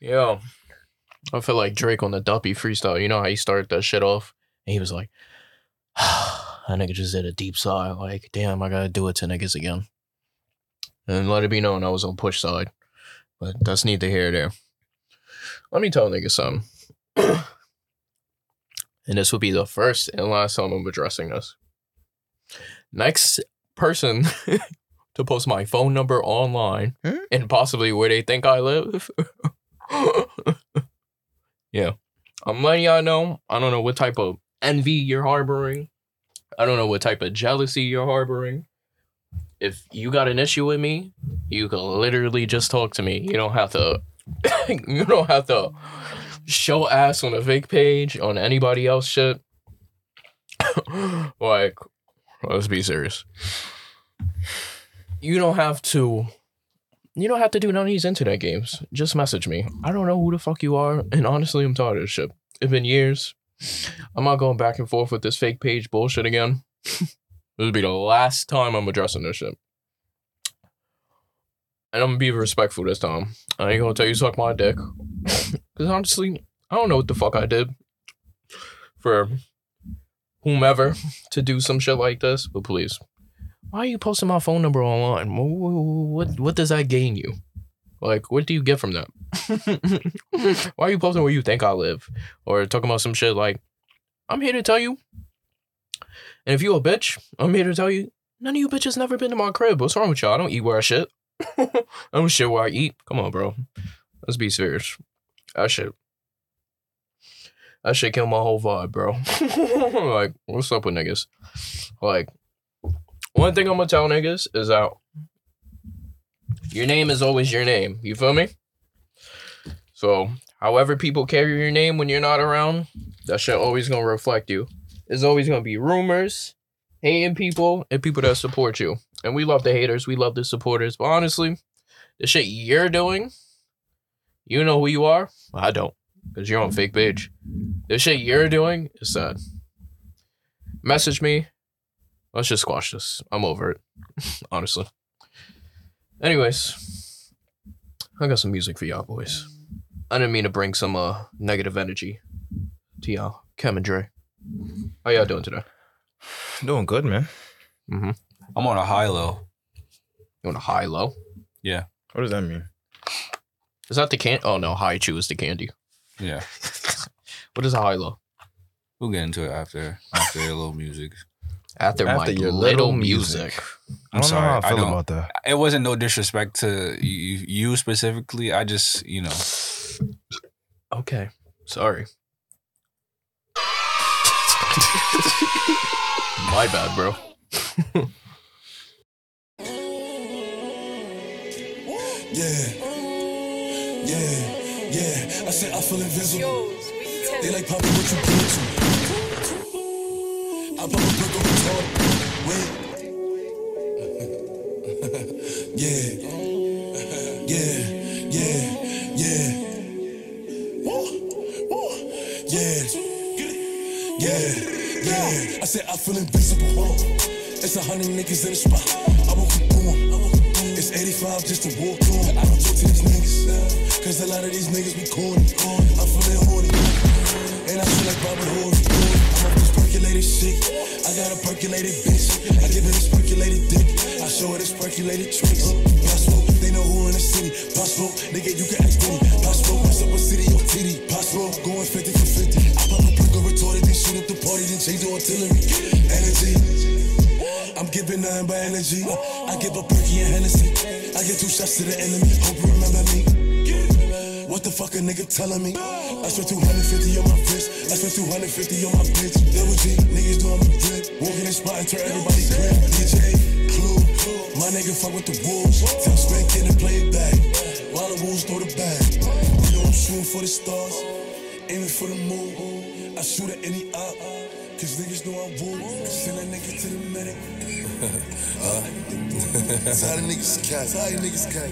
Yeah. I feel like Drake on the Duppy freestyle. You know how he started that shit off? And he was like, that nigga just did a deep sigh. Like, damn, I gotta do it to niggas again. And let it be known I was on push side. But that's neither here nor there. Let me tell niggas something. and this will be the first and last time I'm addressing this. Next person to post my phone number online Hmm? and possibly where they think I live. yeah. I'm letting y'all know. I don't know what type of envy you're harboring. I don't know what type of jealousy you're harboring. If you got an issue with me, you can literally just talk to me. You don't have to you don't have to show ass on a Vic page on anybody else shit. like, let's be serious. You don't have to. You don't have to do none of these internet games. Just message me. I don't know who the fuck you are, and honestly, I'm tired of this shit. It's been years. I'm not going back and forth with this fake page bullshit again. this would be the last time I'm addressing this shit. And I'm gonna be respectful this time. I ain't gonna tell you suck my dick. Because honestly, I don't know what the fuck I did for whomever to do some shit like this. But please, why are you posting my phone number online? Wh- wh- What what does that gain you? Like, what do you get from that? why are you posting where you think I live, or talking about some shit like, I'm here to tell you. And if you a bitch, I'm here to tell you. None of you bitches never been to my crib. What's wrong with y'all? I don't eat where I shit. I don't shit where I eat. Come on, bro. Let's be serious. That shit. That shit killed my whole vibe, bro. like, what's up with niggas? Like, one thing I'm gonna tell niggas is that your name is always your name. You feel me? So, however people carry your name when you're not around, that shit always gonna reflect you. There's always gonna be rumors, hating people, and people that support you. And we love the haters, we love the supporters. But honestly, the shit you're doing you know who you are? I don't. Because you're on fake page. The shit you're doing is sad. Message me. Let's just squash this. I'm over it. Honestly. Anyways, I got some music for y'all boys. I didn't mean to bring some uh negative energy to y'all. Cam and Dre. How y'all doing today? Doing good, man. I'm on a high low. You want a high low? What does that mean? Is that the can oh no, high chew is the candy. Yeah. What is a high low? We'll get into it after after a little music. After, my After your little, little music. I'm sorry. I, don't. that. It wasn't no disrespect to you, you specifically. I just you know. Okay. Sorry. My bad, bro. Yeah, yeah, yeah. I said I feel invisible. They like popping what you put to. I pop a brick on the top. Wait. yeah, yeah, yeah, yeah. Woo, woo. Yeah, yeah, yeah. I said I feel invisible. It's a hundred niggas in the spot. I woke up boom. It's 85 just to walk on. I don't talk to these niggas. Cause a lot of these niggas be corny. I feel they horny. And I feel like Bobby Horry. I'm off this percolated shit. I got a percolated bitch. I give it this percolated dick. I show her this percolated tricks. Possible, they know who in the city. Possible, nigga, you can ask me. Possible, what's up with city or titty? Possible, going 50 for 50. I pop a perk or retorted, then shoot up the party, then change the artillery. Energy. I'm giving nothing but energy. Uh, I give up Perky and Hennessy. I get two shots to the enemy. Hope you remember me. What the fuck a nigga telling me? I spent 250 on my wrist. I spent 250 on my bitch. Double G, niggas doing me good. Walking in spot and turn everybody grip. DJ, Clue, my nigga fuck with the wolves. Tell Spank get and play it back. While the wolves throw the bag. You know I'm shooting for the stars. Aiming for the moon. I shoot at any op. Cause niggas know I woo. Send a nigga to the medic. Tired of niggas cat. Tired of niggas cat.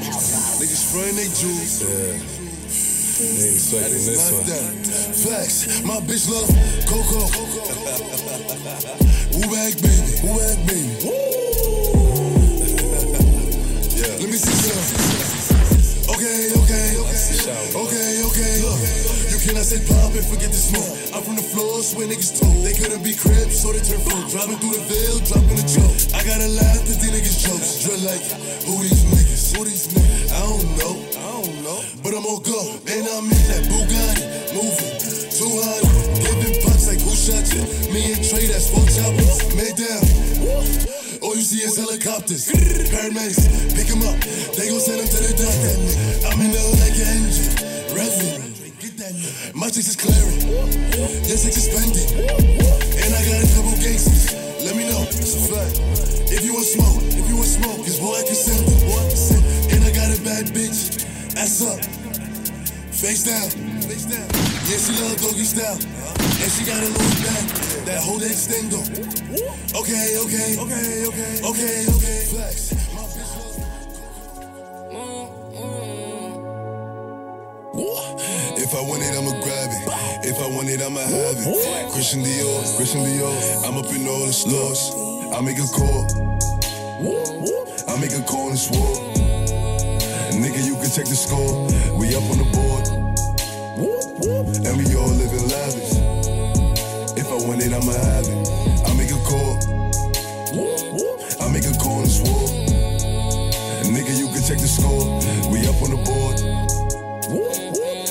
Niggas spraying they jewels. That is not that. Flex, my bitch love Coco. Woo back, baby. Woo back, baby. Woo. Let me see some. Okay, okay, okay. Okay, okay, look. You cannot say pop and forget the smoke. I'm from the floor, where niggas told. They couldn't be cribs, so they turn folk. Driving through the veil, dropping a joke. I gotta laugh at these niggas' jokes. Drill like, who these niggas? Who these niggas? I don't know. I don't know. But I'm on go, and I'm in that Bugatti. Moving, too hot. Giving pucks like who shot you? Me and Trey, that's four choppers. Made down. All you see is helicopters, paramedics, pick 'em up. They gon' send 'em to the doctor. I'm in the hood like an engine, revving. My chicks is clearing, your chicks is pending. And I got a couple gangsters, let me know, it's a fact. If you want smoke, if you want smoke, cause boy I can send it, boy I can send it. And I got a bad bitch, ass up, face down. face down. Yeah, she love doggy style, and she got a Louis back, that whole extendo. Okay, okay, okay, okay, okay, okay. Flex. My bitch loves If I want it, I'ma grab it. If I want it, I'ma have it. Christian Dior, Christian Dior. I'm up in all the stores. I make a call. I make a call and swore. Nigga, you can check the score. We up on the board. And we all living lavish. If I want it, I'ma have it. I make a call. I make a call and swore. Nigga, you can check the score. We up on the board.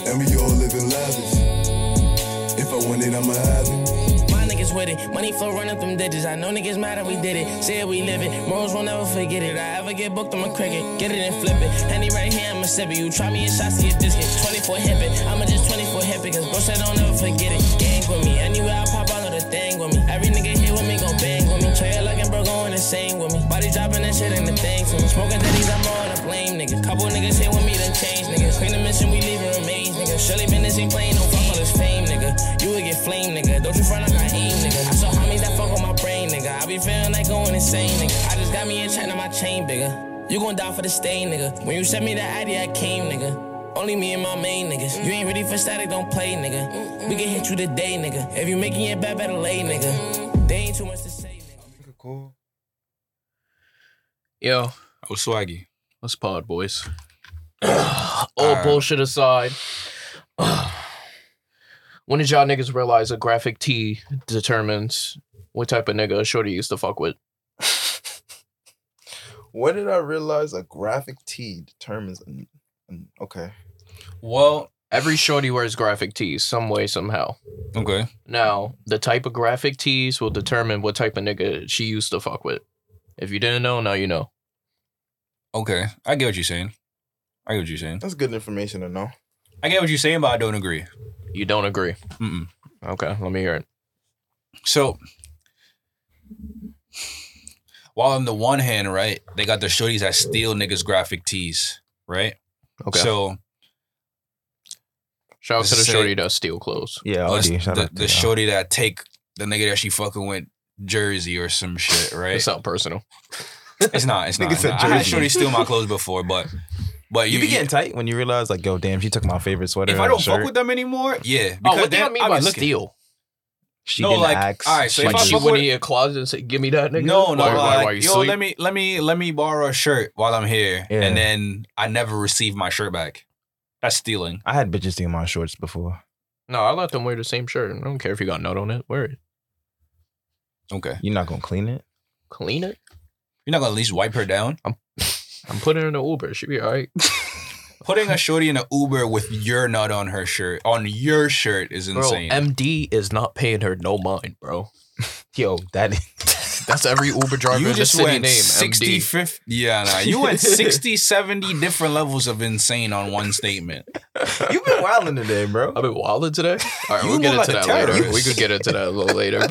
And we all living lavish. If I want it, I'ma have it. My niggas with it. Money flow running through them digits. I know niggas mad that we did it. Said we live it. Morals will never forget it. I ever get booked, I'm a cricket. Get it and flip it. Handy right here, I'ma sip it. You try me in shots, see a biscuit. 24 hip it. I'ma just 24 hip it. Cause bro said don't ever forget it. Gang with me. Anywhere I pop, I know the thing with me. Every nigga here with me gon' bang with me. Trey looking, bro, going insane with me. Body dropping that shit and the things with me. Smoking daddies, I'm on a blame, nigga. Couple niggas here with me, then change, nigga. Clean the mission, we leaving remains, nigga. Surely business ain't playing, no fuck all this fame, nigga. You would get flame, nigga. Don't you front, I got aim, nigga. I saw homies that fuck with my brain, nigga. I be feeling like going insane, nigga. I just got me a chain on my chain, bigger. You gon' die for the stain, nigga. When you sent me that ID, I came, nigga. Only me and my main niggas. You ain't ready for static, don't play, nigga. We can hit you today, nigga. If you making it bad, better lay, nigga. They ain't too much to say, nigga. Yo, Oh, swaggy. let's pod, boys. All Alright. bullshit aside, when did y'all niggas realize a graphic tee determines what type of nigga a shorty used to fuck with? When did I realize a graphic tee determines? An, an, okay. Well, Every shorty wears graphic tees, some way, somehow. okay. Now, the type of graphic tees will determine what type of nigga she used to fuck with. If you didn't know, now you know. Okay. I get what you're saying. I get what you're saying. That's good information to know. I get what you're saying, but I don't agree. You don't agree. Mm-mm. Okay, let me hear it. So while on the one hand, right, they got the shorties that steal niggas graphic tees, right? Okay. So Shout out to the Say- shorty that steal clothes. Yeah, us- Oh, the, the shorty that take the nigga that she fucking with jersey or some shit, right? It's not personal. it's not. It's not. Nigga it's said not. I had jersey. shorty steal my clothes before, but but You, you, be getting tight when you realize, like, yo, damn, she took my favorite sweater. if I don't fuck with them anymore, yeah. Oh, what do then you mean I'll be by looking. steal? she No, didn't like, ask. alright, so if Like I she fuck went with- in your closet and said, "Give me that nigga." No, no, Why, why, like, why you yo, sleep? let me let me let me borrow a shirt while I'm here, Yeah. and then I never receive my shirt back. That's stealing. I had bitches steal my shorts before. No, I let them wear the same shirt. I don't care if you got nut on it. Wear it. Okay, You're not gonna clean it. Clean it. you're not gonna at least wipe her down. I'm putting her in the Uber. She be all right. Putting a shorty in an Uber with your nut on her shirt, on your shirt, is Bro, insane. MD is not paying her no mind, bro. Yo, that That's every Uber driver you in the just city went name. 60, MD. 50, yeah, nah, you went 60, 70 different levels of insane on one statement. you've been wilding today, bro. I've been wilding today. All right, You we'll get look into like that a later. terrorist. We could get into that a little later.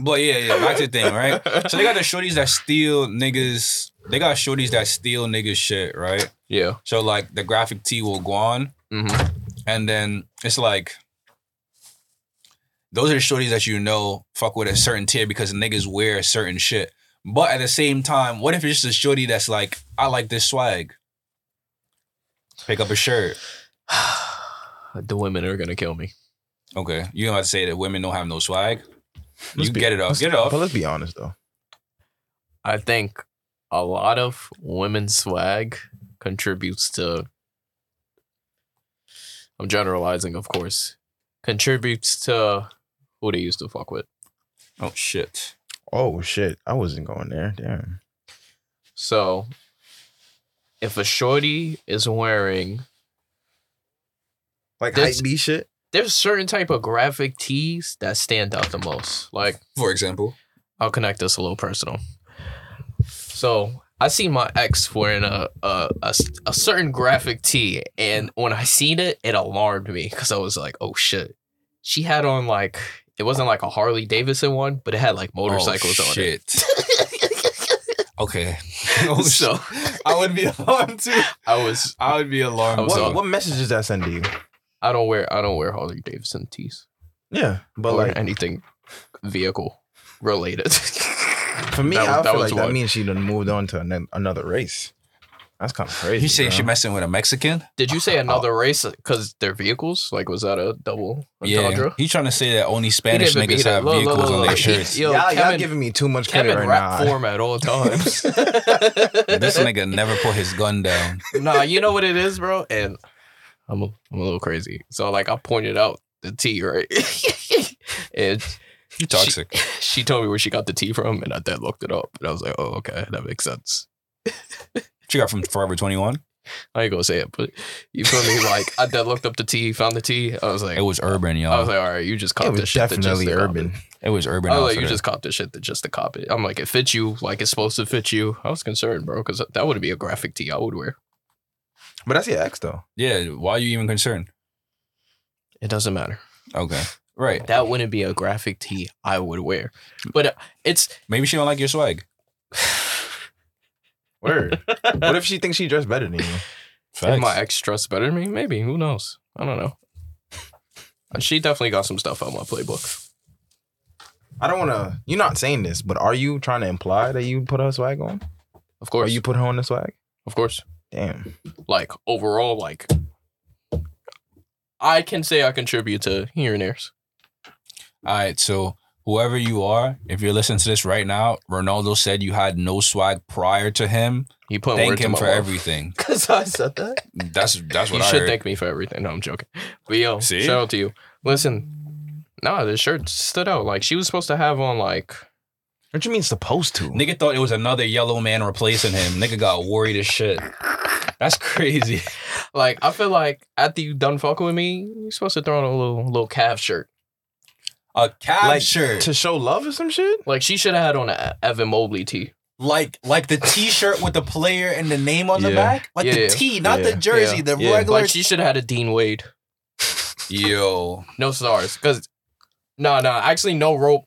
But yeah, yeah, back to the thing, right? So they got the shorties that steal niggas. They got shorties that steal niggas shit, right? yeah. So like the graphic tee will go on, hmm and then it's like those are the shorties that you know fuck with a certain tier because niggas wear a certain shit. But at the same time, what if it's just a shorty that's like, I like this swag. Pick up a shirt. the women are gonna kill me. Okay. You don't have to say that women don't have no swag. You get it off. Get it But off. let's be honest though. I think a lot of women's swag contributes to I'm generalizing, of course. Contributes to who they used to fuck with. Oh shit. Oh shit! I wasn't going there. Damn. So, if a shorty is wearing Like This- hype B shit. there's certain type of graphic tees that stand out the most. Like For example, I'll connect this a little personal. So I see my ex wearing a a, a s- a certain graphic tee, and when I seen it, it alarmed me because I was like, "Oh shit!" She had on like it wasn't like a Harley Davidson one, but it had like motorcycles oh, on it. shit. okay. Oh, so shit. I would be alarmed too. I was I would be alarmed. I was too. all- What, what message does that send to you? I don't wear I don't wear Harley Davidson tees Yeah, but Oh, or like anything vehicle related. for me, that was- I that feel was like that one. means she done moved on to an, another race. That's kind of crazy. You say she bro. messing with a Mexican? Did you say another race because their vehicles? Like, was that a double Yeah. entendre? He trying to say that only He Spanish didn't beat niggas it. have Look, look, vehicles look, on look. their He- shirts. Yo, y'all, y'all Kevin- giving me too much credit Kevin right rap now. form at all times. this nigga never put his gun down. nah, you know what it is, bro. And I'm a, I'm a little crazy. So like, I pointed out the T right, and You toxic. she told me where she got the T from, and I then looked it up, and I was like, oh okay, that makes sense. She got from Forever 21. I ain't gonna say it, but you feel me? Like, I then looked up the T, found the T. I was like, It was uh, urban, y'all. I was like, all right, you just It caught this was shit. that just definitely to cop it." urban. it was urban. I was Oh, like, outfitter. you just copped this shit that just to cop it. I'm like, it fits you like it's supposed to fit you. I was concerned, bro, because that would be a graphic tee I would wear. But that's your ex though. yeah. Why are you even concerned? It doesn't matter. Okay. Right. That wouldn't be a graphic tee I would wear. But uh, it's Maybe she don't like your swag. Word. what if she thinks she dressed better than you? if my ex dressed better than me, maybe. Who knows? I don't know. And she definitely got some stuff out my playbook. I don't want to. You're not saying this, but are you trying to imply that you put her swag on? Of Or course. you put her on the swag? of course. Damn. Like overall, like I can say I contribute to here and there's. All right. So whoever you are, if you're listening to this right now, Ronaldo said you had no swag prior to him. You put Thank words in him my for mouth. everything. Cause I said that. That's that's what you I should heard. thank me for everything. No, I'm joking. But yo, See? shout out to you. Listen, nah, this shirt stood out. Like she was supposed to have on like What you mean supposed to? Nigga thought it was another yellow man replacing him. Nigga got worried as shit. That's crazy. like I feel like after you done fucking with me, you're supposed to throw on a little little calf shirt. A calf Like, shirt. to show love or some shit? Like she should have had on a Evan Mobley tee. like like the t-shirt with the player and the name on the Yeah. back like Yeah, the t not the yeah, jersey yeah, the yeah. regular Like she should have had a Dean Wade. yo No stars. Cause no, no, actually no rope.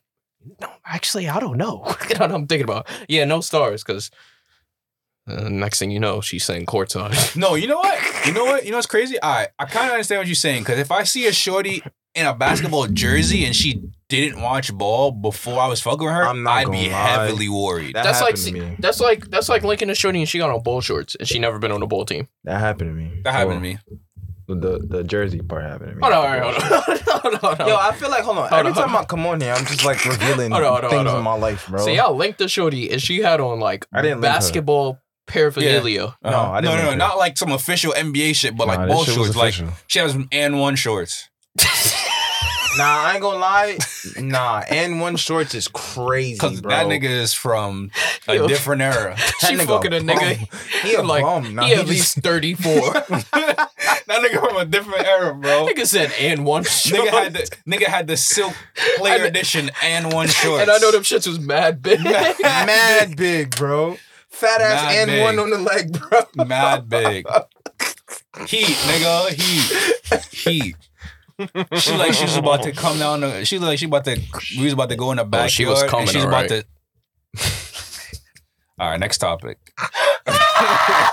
No, actually I don't know. you know what I'm thinking about? Yeah, no stars, cause uh, next thing you know, she's saying courtside. no you know what you know what you know what's crazy all right i kind of understand what you're saying because if i see a shorty in a basketball jersey and she didn't watch ball before i was fucking with her I'm not i'd gonna be lie. heavily worried That That's like happened to see- me. that's like that's like linking a shorty and she got on bowl shorts and she never been on a bowl team. That happened to me. that happened to me Well, The, the jersey part happened to me. Hold on, all right, hold on, hold on, hold on. Yo, I feel like hold on. Hold Every on, time hold I come on here, I'm just like revealing Hold on, hold on, things hold on. in my life, bro. so y'all linked the shorty and she had on like I didn't link her. basketball paraphernalia. No, I didn't no, no, like that. not like some official NBA shit, but Uh-huh. Nah, like this ball shit was shorts. Like official. she has and one shorts. Nah, I ain't gonna lie. Nah, and one shorts is crazy, Cause bro. that nigga is from a Yo. different era. That she fucking a nigga. bum. He a like bum. Nah, he he at least thirty four. that nigga from a different era, bro. nigga said and one short. Nigga had the nigga had the silk player I- edition and one shorts. and I know them shits was mad big. mad big, bro. Fat ass Mad and big. one on the leg, bro. mad big. Heat, nigga, heat, heat. She like she was about to come down. The, she like she about to. We was about to go in the backyard. Oh, she was coming, and She's about alright. to. All right, next topic.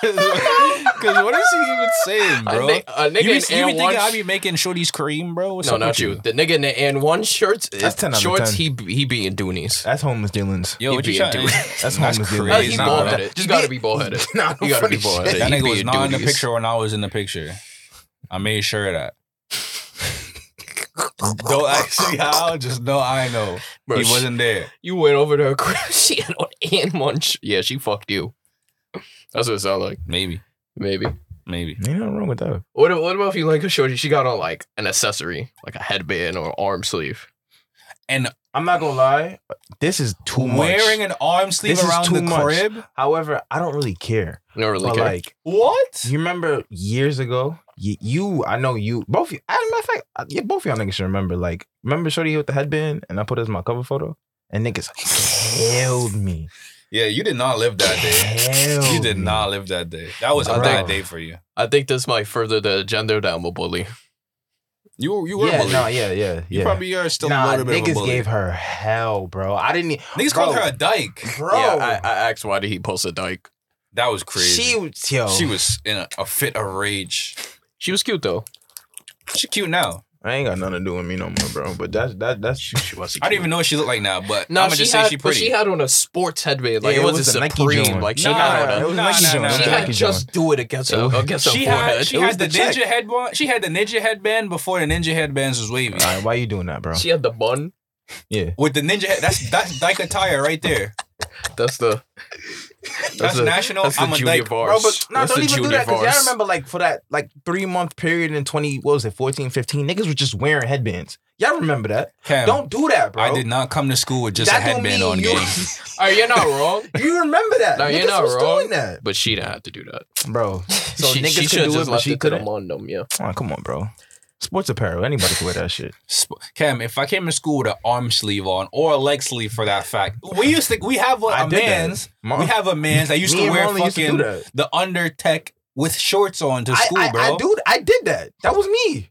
Because what is he even saying, A, bro? ni- a nigga you be, in you be and one. thinking I be making shorties cream, bro? What's no, up with not you. The nigga in the and one shorts. That's 10 out of shorts. 10. He he being Doonies. That's homeless Dylan's. Yo, He what you being trying dude. That's homeless Dylan. Uh, crazy, he nah, bald bro. headed. Just gotta be bald headed. Nah, You gotta be funny bald shit. headed. That He nigga be was a not in the dude. picture when I was in the picture. I made sure of that. Don't ask me how, just know I know. Bro, he she- wasn't there. You went over to her crib. She had on and one. Sh- yeah, she fucked you. That's what it sounded like. Maybe. Maybe. Maybe. Ain't nothing wrong with that. What, if- what about if you like a shorty? She got on like an accessory, like a headband or arm sleeve. And I'm not gonna lie. This is too wearing an arm sleeve This is around too the much. crib. However, I don't really care. No really But care. like, What? you remember years ago, you, you I know you both. you- As a matter of fact, uh, yeah, both of y'all niggas should remember. Like, remember Shorty with the headband, and I put it as my cover photo, and niggas killed me. Yeah, you did not live that day. Killed You did me. not live that day. That was a Bro. bad day for you. I think this might further the agenda down with bully. You you were yeah, a bully. no, yeah, yeah, You yeah. probably are still a nah, little bit of a niggas bully. gave her hell, bro. I didn't. e- niggas bro, called her a dyke. bro. Yeah, I, I asked why did he post a dyke? That was crazy. she She, was yo. was in a, a fit of rage. She was cute though. She cute now. I ain't got nothing to do with me no more, bro. But that's that that's she, was. I don't even know what she looked like now, but No, she I'm gonna just had, say she but pretty. she had on a sports headband. Like it Yeah, it wasn't was a Nike supreme. joint. like she Nah, got on it a. was Nike joint. She It was had just do it against her, against her she forehead. had, she It had was the, check. ninja headband. She had the ninja headband before the ninja headbands was wavy. All right, why you doing that, bro? She had the bun. yeah, With the ninja head, that's that's dyke attire right there. That's the. That's, the- national. That's the I'm a junior dyke. bars. Bro, but no, That's don't the even do junior that because I bars. remember like for that like three month period in twenty what was it 14, 15, niggas was just wearing headbands. Y'all remember that? Cam, don't do that, bro. I did not come to school with just That a don't headband mean on. you- Game. All right, you're not wrong. You remember that? No, niggas you're not was wrong. doing that, But she didn't have to do that. bro. So she, niggas she could should do just it, but left she it to couldn't. them on them. Yeah. Come on, come on, bro. Sports apparel, anybody can wear that shit. Sp- Cam, if I came to school with an arm sleeve on or a leg sleeve for that fact, we used to we have a, I a did that. man's. Ma- We have a man's. I used Me to and wear Marlon used to do fucking that. the under tech with shorts on to I- school, I, bro. I, do. I did that. That was me.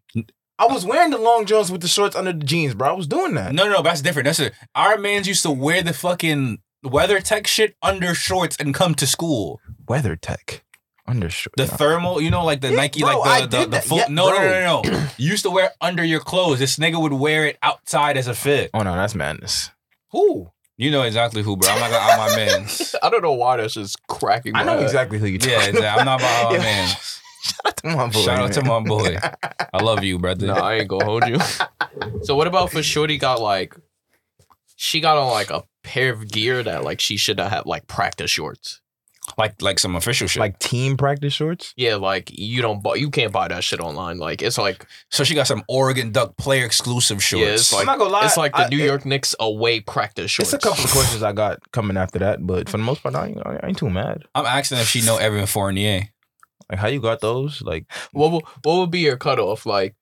I was wearing the long johns with the shorts under the jeans, bro. I was doing that. No, no, no, that's different. That's it. Our man's used to wear the fucking weather tech shit under shorts and come to school. Weather tech undershorts. The thermal, you know, like the Yeah, Nike, bro, I like the the, did the that. full. Yeah, no, no, bro. no, no, no. you used to wear under your clothes. This nigga would wear it outside as a fit. oh no, that's madness. Who? You know exactly who, bro. I'm not gonna out my man's. I don't know why that's just cracking. I my know head. exactly who you're talking Yeah, exactly. I'm not about out my Yeah. man's. about. Come on, boy, Shout out to man. my boy. I love you, brother. No, I ain't gonna hold you. so what about for Shorty got like she got on like a pair of gear that like she should have like practice shorts. Like like some official shit. Like like team practice shorts. Yeah, like you don't buy you can't buy that shit online. Like it's like so she got some Oregon Duck player exclusive shorts. Yeah, it's like not gonna lie, it's like the I- New it- York Knicks away practice shorts. It's a couple of questions I got coming after that, but for the most part, I ain't, I ain't too mad. I'm asking if she know Evan Fournier. Like how you got those? Like What would, what would be your cutoff? Like,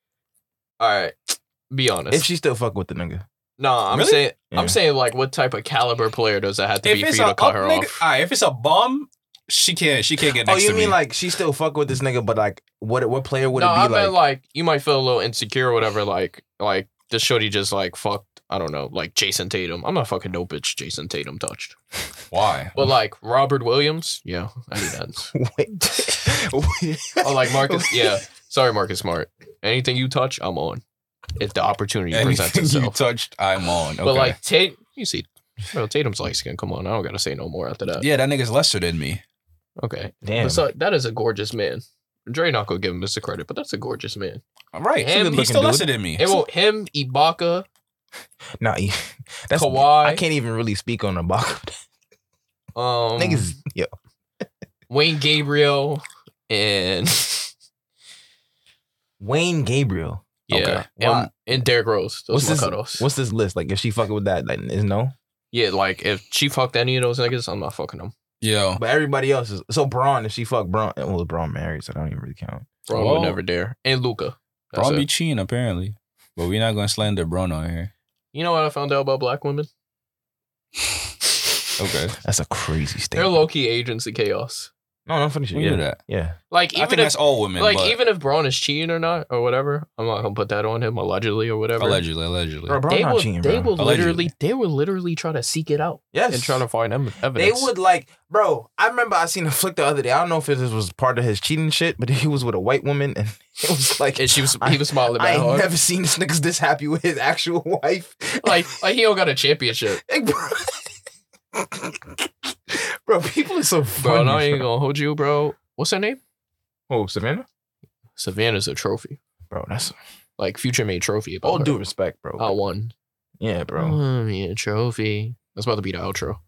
all right, be honest. if she still fuck with the nigga, nah, I'm Really? saying Yeah. I'm saying like what type of caliber player does that have to be If for you it's to a cut up her nigga, off? all right, if it's a bum, she can't she can't get oh, next you to mean me. like she still fuck with this nigga, but like what what player would no, it be I like? meant like you might feel a little insecure or whatever. Like like the shorty just like fucked. I don't know, like Jason Tatum. I'm not fucking no bitch. Jason Tatum touched, Why? but like Robert Williams, yeah, I need that. Wait. or Oh, like Marcus, yeah. Sorry, Marcus Smart. Anything you touch, I'm on. If the opportunity presents Anything itself, you touched, I'm on. Okay. but like Tate, you see, bro, Tatum's light skin. Come on, I don't gotta say no more after that. yeah, that nigga's lesser than me. Okay, Damn. But so- that is a gorgeous man. Dre not gonna give him this credit, but that's a gorgeous man. All right. Him, Him, he's good-looking still dude. lesser than me. It will him, Ibaka, Nah, you- that's Kawhi. I can't even really speak on the box. um, Niggas, yo, Wayne Gabriel and Wayne Gabriel. yeah, Okay. Why? and, and Derrick Rose. Those What's are my this? cutoffs. What's this list? Like, if she fucking with that, like, is no. yeah, like if she fucked any of those niggas, I'm not fucking them. Yo. But everybody else is so Braun. If she fuck Braun, well, Braun married, so that don't even really count. Bro, Well- would never dare. And Luca. Bron be cheating apparently. But we're not gonna slander Bron on here. You know what I found out about black women? Okay. That's a crazy They're statement. low key agents of chaos. no, no, I'm finishing. We Yeah, knew that. yeah. Like I even think if that's all women. like but even if Braun is cheating or not or whatever, I'm not gonna put that on him allegedly or whatever. allegedly, allegedly. Bro, Braun They not will, cheating, they bro. will literally, Allegedly. they will literally try to seek it out yes. and try to find em- They evidence. would like, bro. I remember I seen a flick the other day. I don't know if this was part of his cheating shit, but he was with a white woman, and it was like, and she was I- he was smiling I back ain't hard. never seen this niggas this happy with his actual wife. like like he don't got a championship. Like, bro. bro, people are so funny. Bro, no, I ain't gonna hold you, bro. What's her name? Oh, Savannah? Savannah's a trophy. Bro, that's Like future made trophy about all her. due respect, bro. I won. Yeah, bro. Oh, yeah, trophy. That's about to be the outro.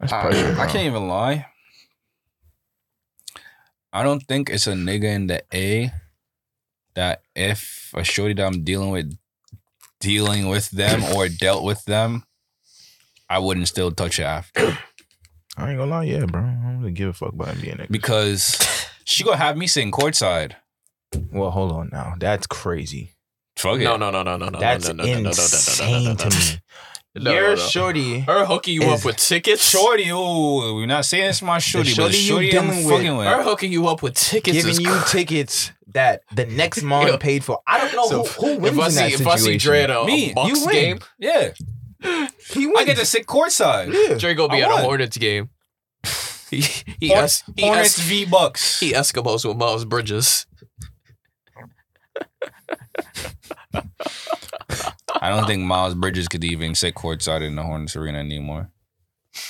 That's I, pressure. Ah, I bro. can't even lie. I don't think it's a nigga in the A that if a shorty that I'm dealing with dealing with them or dealt with them, I wouldn't still touch it after. I ain't gonna lie, yeah, bro. I don't really give a fuck about NBA niggas. Because she gonna have me sitting courtside. well, hold on now. That's crazy. Fuck it. No, no, no, no, no, no, That's no, no, no, no, no, no, no, no, no, insane no, to me. no, no, You're no. shorty. Her hooking you Is- up with tickets. Shorty, oh, we're not saying it's my shorty, shorty but the you shorty I'm dealing with- fucking with. Her hooking you up with tickets. Giving is you crazy. tickets that the next month Yo. paid for. I don't So know who, who wins if I in see that if situation. I see Dre at a, Me, a you Bucks win. game, Yeah, he wins. I get to sit courtside. Yeah. Dre gonna be I at a won. Hornets game. He he Horn- es- he, Hornets es- v Bucks. he Eskimos with Miles Bridges. I don't think Miles Bridges could even sit courtside in the Hornets arena anymore.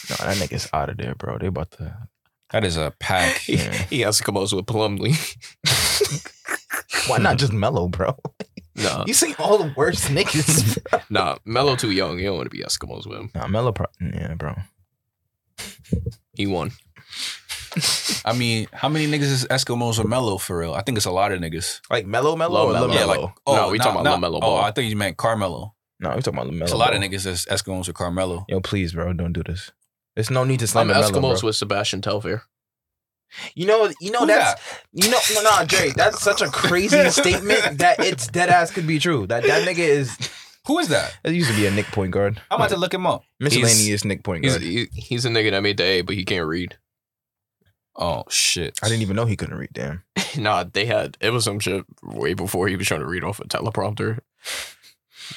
No, that nigga's out of there, bro. They about to. That is a pack. He, he Eskimos with Plumlee. Why not just Mellow, bro? Nah, You see all the worst niggas. bro. nah, Melo too young. You don't want to be Eskimos with him. nah, Mellow, pro- yeah, bro. He won. I mean, how many niggas is Eskimos or Mellow for real? I think it's a lot of niggas. Like Mellow, Mellow, Low or Melo. LaMelo? Yeah, like No, we talking about LaMelo Oh, Ball. I thought you meant Carmelo. no, we talking about LaMelo. It's a lot bro. of niggas that's Eskimos or Carmelo. Yo, please, bro, don't do this. There's no need to I'm slander Mellow, Eskimos bro. with Sebastian Telfair. You know, you know Who that's you know, no, no, Dre, that's such a crazy statement that it's dead ass could be true. That that nigga is. Who is that? That used to be a Nick point guard. I'm about to look him up. miscellaneous Nick point He's guard. he, he's a nigga that made the A, but he can't read. Oh shit! I didn't even know he couldn't read. Damn. Nah, they had it was some shit way before he was trying to read off a teleprompter.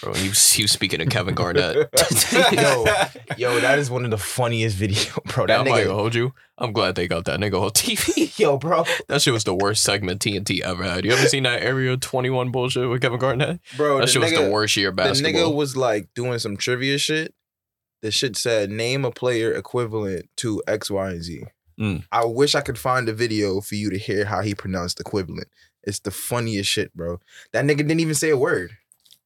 Bro, he was, he was speaking to Kevin Garnett. yo, yo, that is one of the funniest video, Now, bro. That I'm not gonna nigga, hold you. I'm glad they got that nigga on TV. yo, bro, That shit was the worst segment TNT ever had. You ever seen that Area 21 bullshit with Kevin Garnett? bro. that shit was the worst year of The nigga basketball. was like doing some trivia shit. The shit said, name a player equivalent to X, Y, and Z. I Mm. wish I could find a video for you to hear how he pronounced equivalent. It's the funniest shit, bro. That nigga didn't even say a word.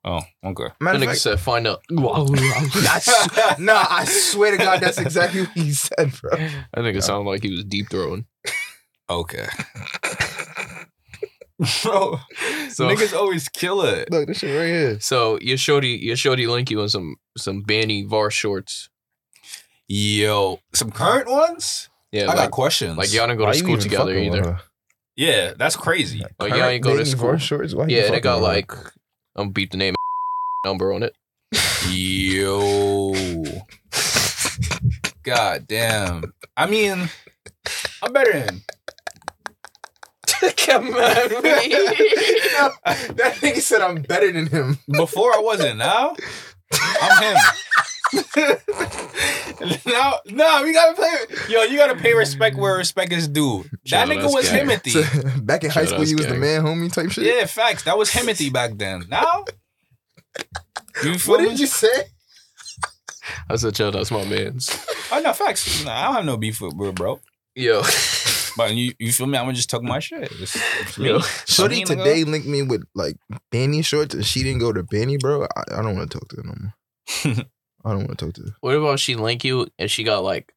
Oh, okay. That Matter of nigga fact, said, find out. I s- nah, I swear to God, that's exactly what he said, bro. That nigga sounded like he was deep throwing. Okay. Bro, niggas always kill it. Look, this shit right here. So your shorty, your shorty link you in some some Banny Var shorts. Yo, some current ones. Yeah, I like, got questions. like y'all didn't go to school together either. yeah, that's crazy. Like y'all ain't go to school. Shorts? Yeah, they got like I'm beat the name number on it. Yo. God damn. I mean, I'm better than him. Come on, me. that nigga said I'm better than him. Before I wasn't. Now, I'm him. now, no, we gotta pay. Yo, you gotta pay respect where respect is due. That Shout out nigga us was gang. Himothy. Back in high Shout school, you outs, was the gang. man, homie type shit. Yeah, facts. That was Himothy back then. Now, you feel What me? did you say? I said, yo, that's my man's. Oh no, facts. Nah, I don't have no beef with bro, bro. Yo, But you, you feel me? I'm gonna just talk my shit. It's, it's me. Yo. I Shorty mean, today linked me with like Banny shorts, and she didn't go to Banny, bro. I, I don't want to talk to her no more. I don't want to talk to her. what about she link you and she got like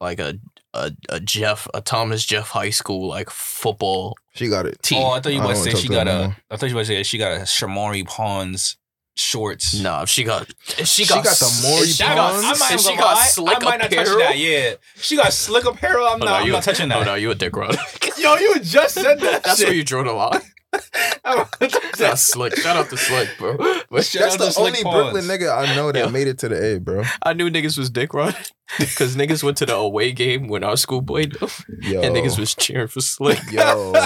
like a a, a Jeff a Thomas Jeff High School like football She got it. team? Oh, I thought you I were about don't to say talk she to her got no a. more. I thought you were about to say she got a Shamori Pons shorts. Nah, if she got if she She got, got the Maury if That got, Pons? I might, if even she gonna got lie, slick I might not touch apparel? that. Yeah, she got slick apparel. I'm Oh, not. no, I'm you- not touching Oh that. no, you a dick rod. Yo, you just said that. That's shit. where you drew the line. I'm not touching that. That's slick. Shout out to Slick, bro. But Shout That's out the to Slick only Pons. Brooklyn nigga I know that Yo. made it to the A, bro. I knew niggas was dick rod because niggas went to the away game when our school played them, Yo, and niggas was cheering for Slick. yo, no,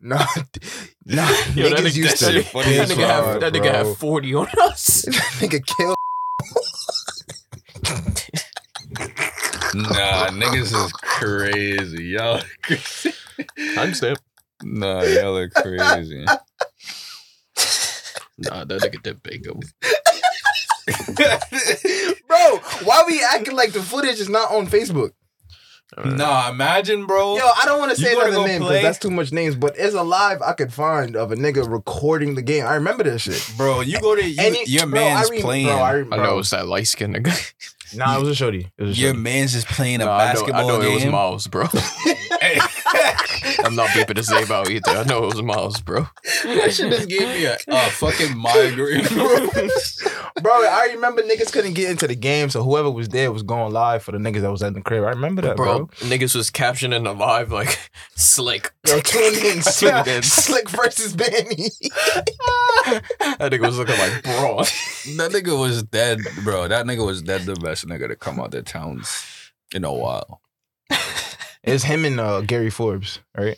no, Yo, that niggas nigga, used that, to. nigga- funny that as nigga have, fuck, that nigga bro. have forty on us. nigga killed. Nah, niggas is crazy, y'all. are crazy. Timestamp. Nah, y'all are crazy. Nah, that nigga did bake him. Bro, why we acting like the footage is not on Facebook? nah, imagine, bro. Yo, I don't want to say You wanna another go name play? because that's too much names, but it's a live I could find of a nigga recording the game. I remember that shit. Bro, you go to you, And it- your bro, I man's rem- playing. Bro, I, rem- I bro. know it was that light skinned nigga. Nah, it was a shorty. It was a your shorty. man's is playing a Nah, I know, I basketball know it was game. Miles, bro. I'm not beeping this name out either. I know it was Miles, bro. That shit just gave me a uh, fucking migraine, bro. Bro, I remember niggas couldn't get into the game, so whoever was there was going live for the niggas that was at the crib. I remember that, bro. bro. Niggas was captioning the live like slick. Yo, tune in, Tuned in. Slick versus Benny. That nigga was looking like bro. That nigga was dead, bro. That nigga was dead. The best nigga to come out the towns in a while. It's him and uh, Gary Forbes, right?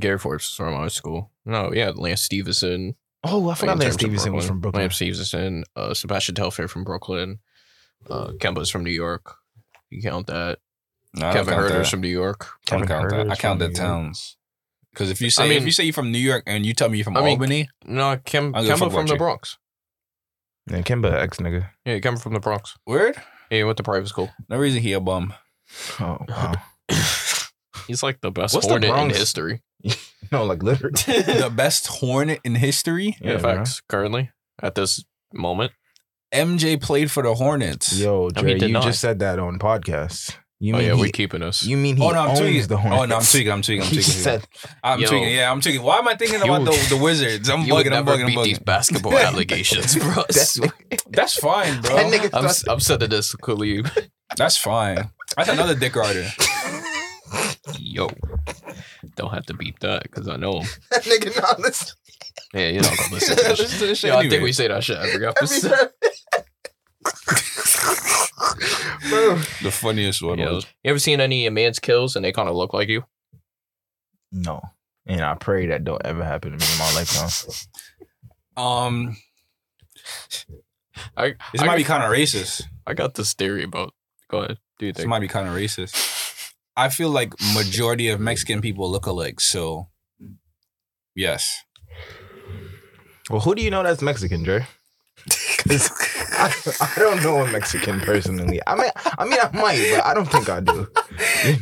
Gary Forbes was from our school. No, yeah, Lance Stevenson. Oh, I forgot in terms Lance of Stevenson was from Brooklyn. Lance Stevenson, uh, Sebastian Telfair from Brooklyn. Uh, Kemba's from New York. You count that. Nah, I don't Kevin count Herder's that. from New York. I don't Kevin count that. I Herter's from count the New York. towns. Because if you say I if mean- you say you're from New York and you tell me you're from I mean- Albany, No, Kim, I don't give a Kemba fuck from about the you. Bronx. Yeah, Kimba ex nigga. Yeah, Kemba from the Bronx. word. Yeah, he went to private school. No reason he a bum. Oh wow. He's like the best What's the Hornet in Bronx? history. no, like literally. the best Hornet in history. Yeah, bro. facts. Currently, at this moment, MJ played for the Hornets. No, Yo, he Dre, did you not. just said that on podcast. You oh mean yeah, he, we keeping us. you mean he oh no, I'm owns tweaking. the Hornets? Oh no, I'm tweaking. I'm tweaking. I'm He tweaking. just said, I'm Yo. tweaking. Yeah, I'm tweaking. Why am I thinking You about would- the, the Wizards? I'm you would bugging. I'm never bugging. I'm beat these bugging. basketball allegations, bro. I That- swear. That's fine, that bro. nigga I'm, thought- I'm sending this to Khalid. That's fine. That's another dick rider. Yo, don't have to beat that because I know him. that nigga not listening. Yeah, you're not gonna listen to this. Listen to this shit Yeah, I think anyway. we say that shit every Every episode. time. Bro. the funniest one. Yeah. was- You ever seen any of man's kills and they kind of look like you? No. And I pray that don't ever happen to me in my lifetime. Um, I this I, might be kind of racist. I got this theory about. Go ahead. Do you This think? might be kind of racist. I feel like majority of Mexican people look alike. So, yes. Well, who do you know that's Mexican, Dre? 'Cause I, I don't know a Mexican personally. I mean, I mean, I might, but I don't think I do.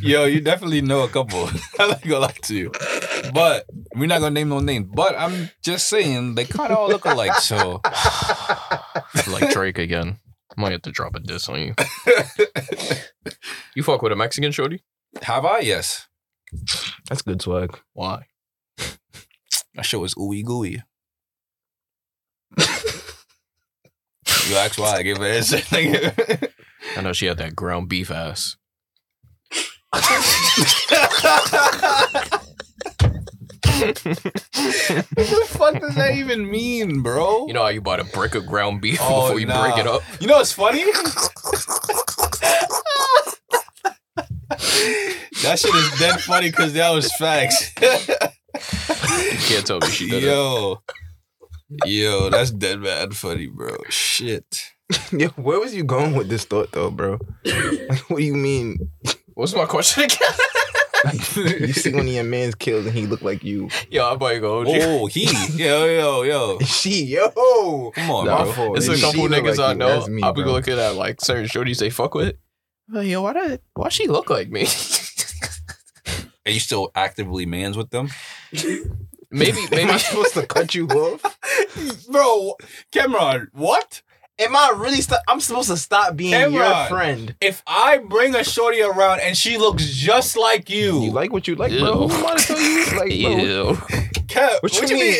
Yo, you definitely know a couple. I'm not gonna lie to you, but we're not gonna name no names. But I'm just saying they kind of all look alike. So like Drake again. Might have to drop a diss on you. You fuck with a Mexican shorty? have I? Yes. That's good swag. Why? That shit was ooey gooey. you ask why? I gave an answer. I know she had that ground beef ass. what the fuck does that even mean, bro? You know how you bought a brick of ground beef Oh, before you nah. break it up? You know what's funny? that shit is dead funny because that was facts. You can't tell me she did it. yo. Yo, that's dead bad funny, bro. Shit. Yo, where was you going with this thought, though, bro? Like, what do you mean? What's my question again? You see one of your man's killed and he look like you. Yo, I'm about to go. OG. Oh, he. Yo, yo, yo. She, yo. Come on, Oh, Nah, bro. fuck. It's a She couple look niggas like I you. know. That's me, I'll be bro. looking at like certain shorties they fuck with. I'm Like, yo, why do, why she look like me? Are you still actively mans with them? maybe, Am maybe. I supposed to cut you off? Bro, Cameron, what? Am I really? St- I'm supposed to stop being your Cameron. friend. If I bring a shorty around and she looks just like you, You like what you like, bro. Ew. Who am I to tell you? Like, bro, Ew. Kev, What you mean,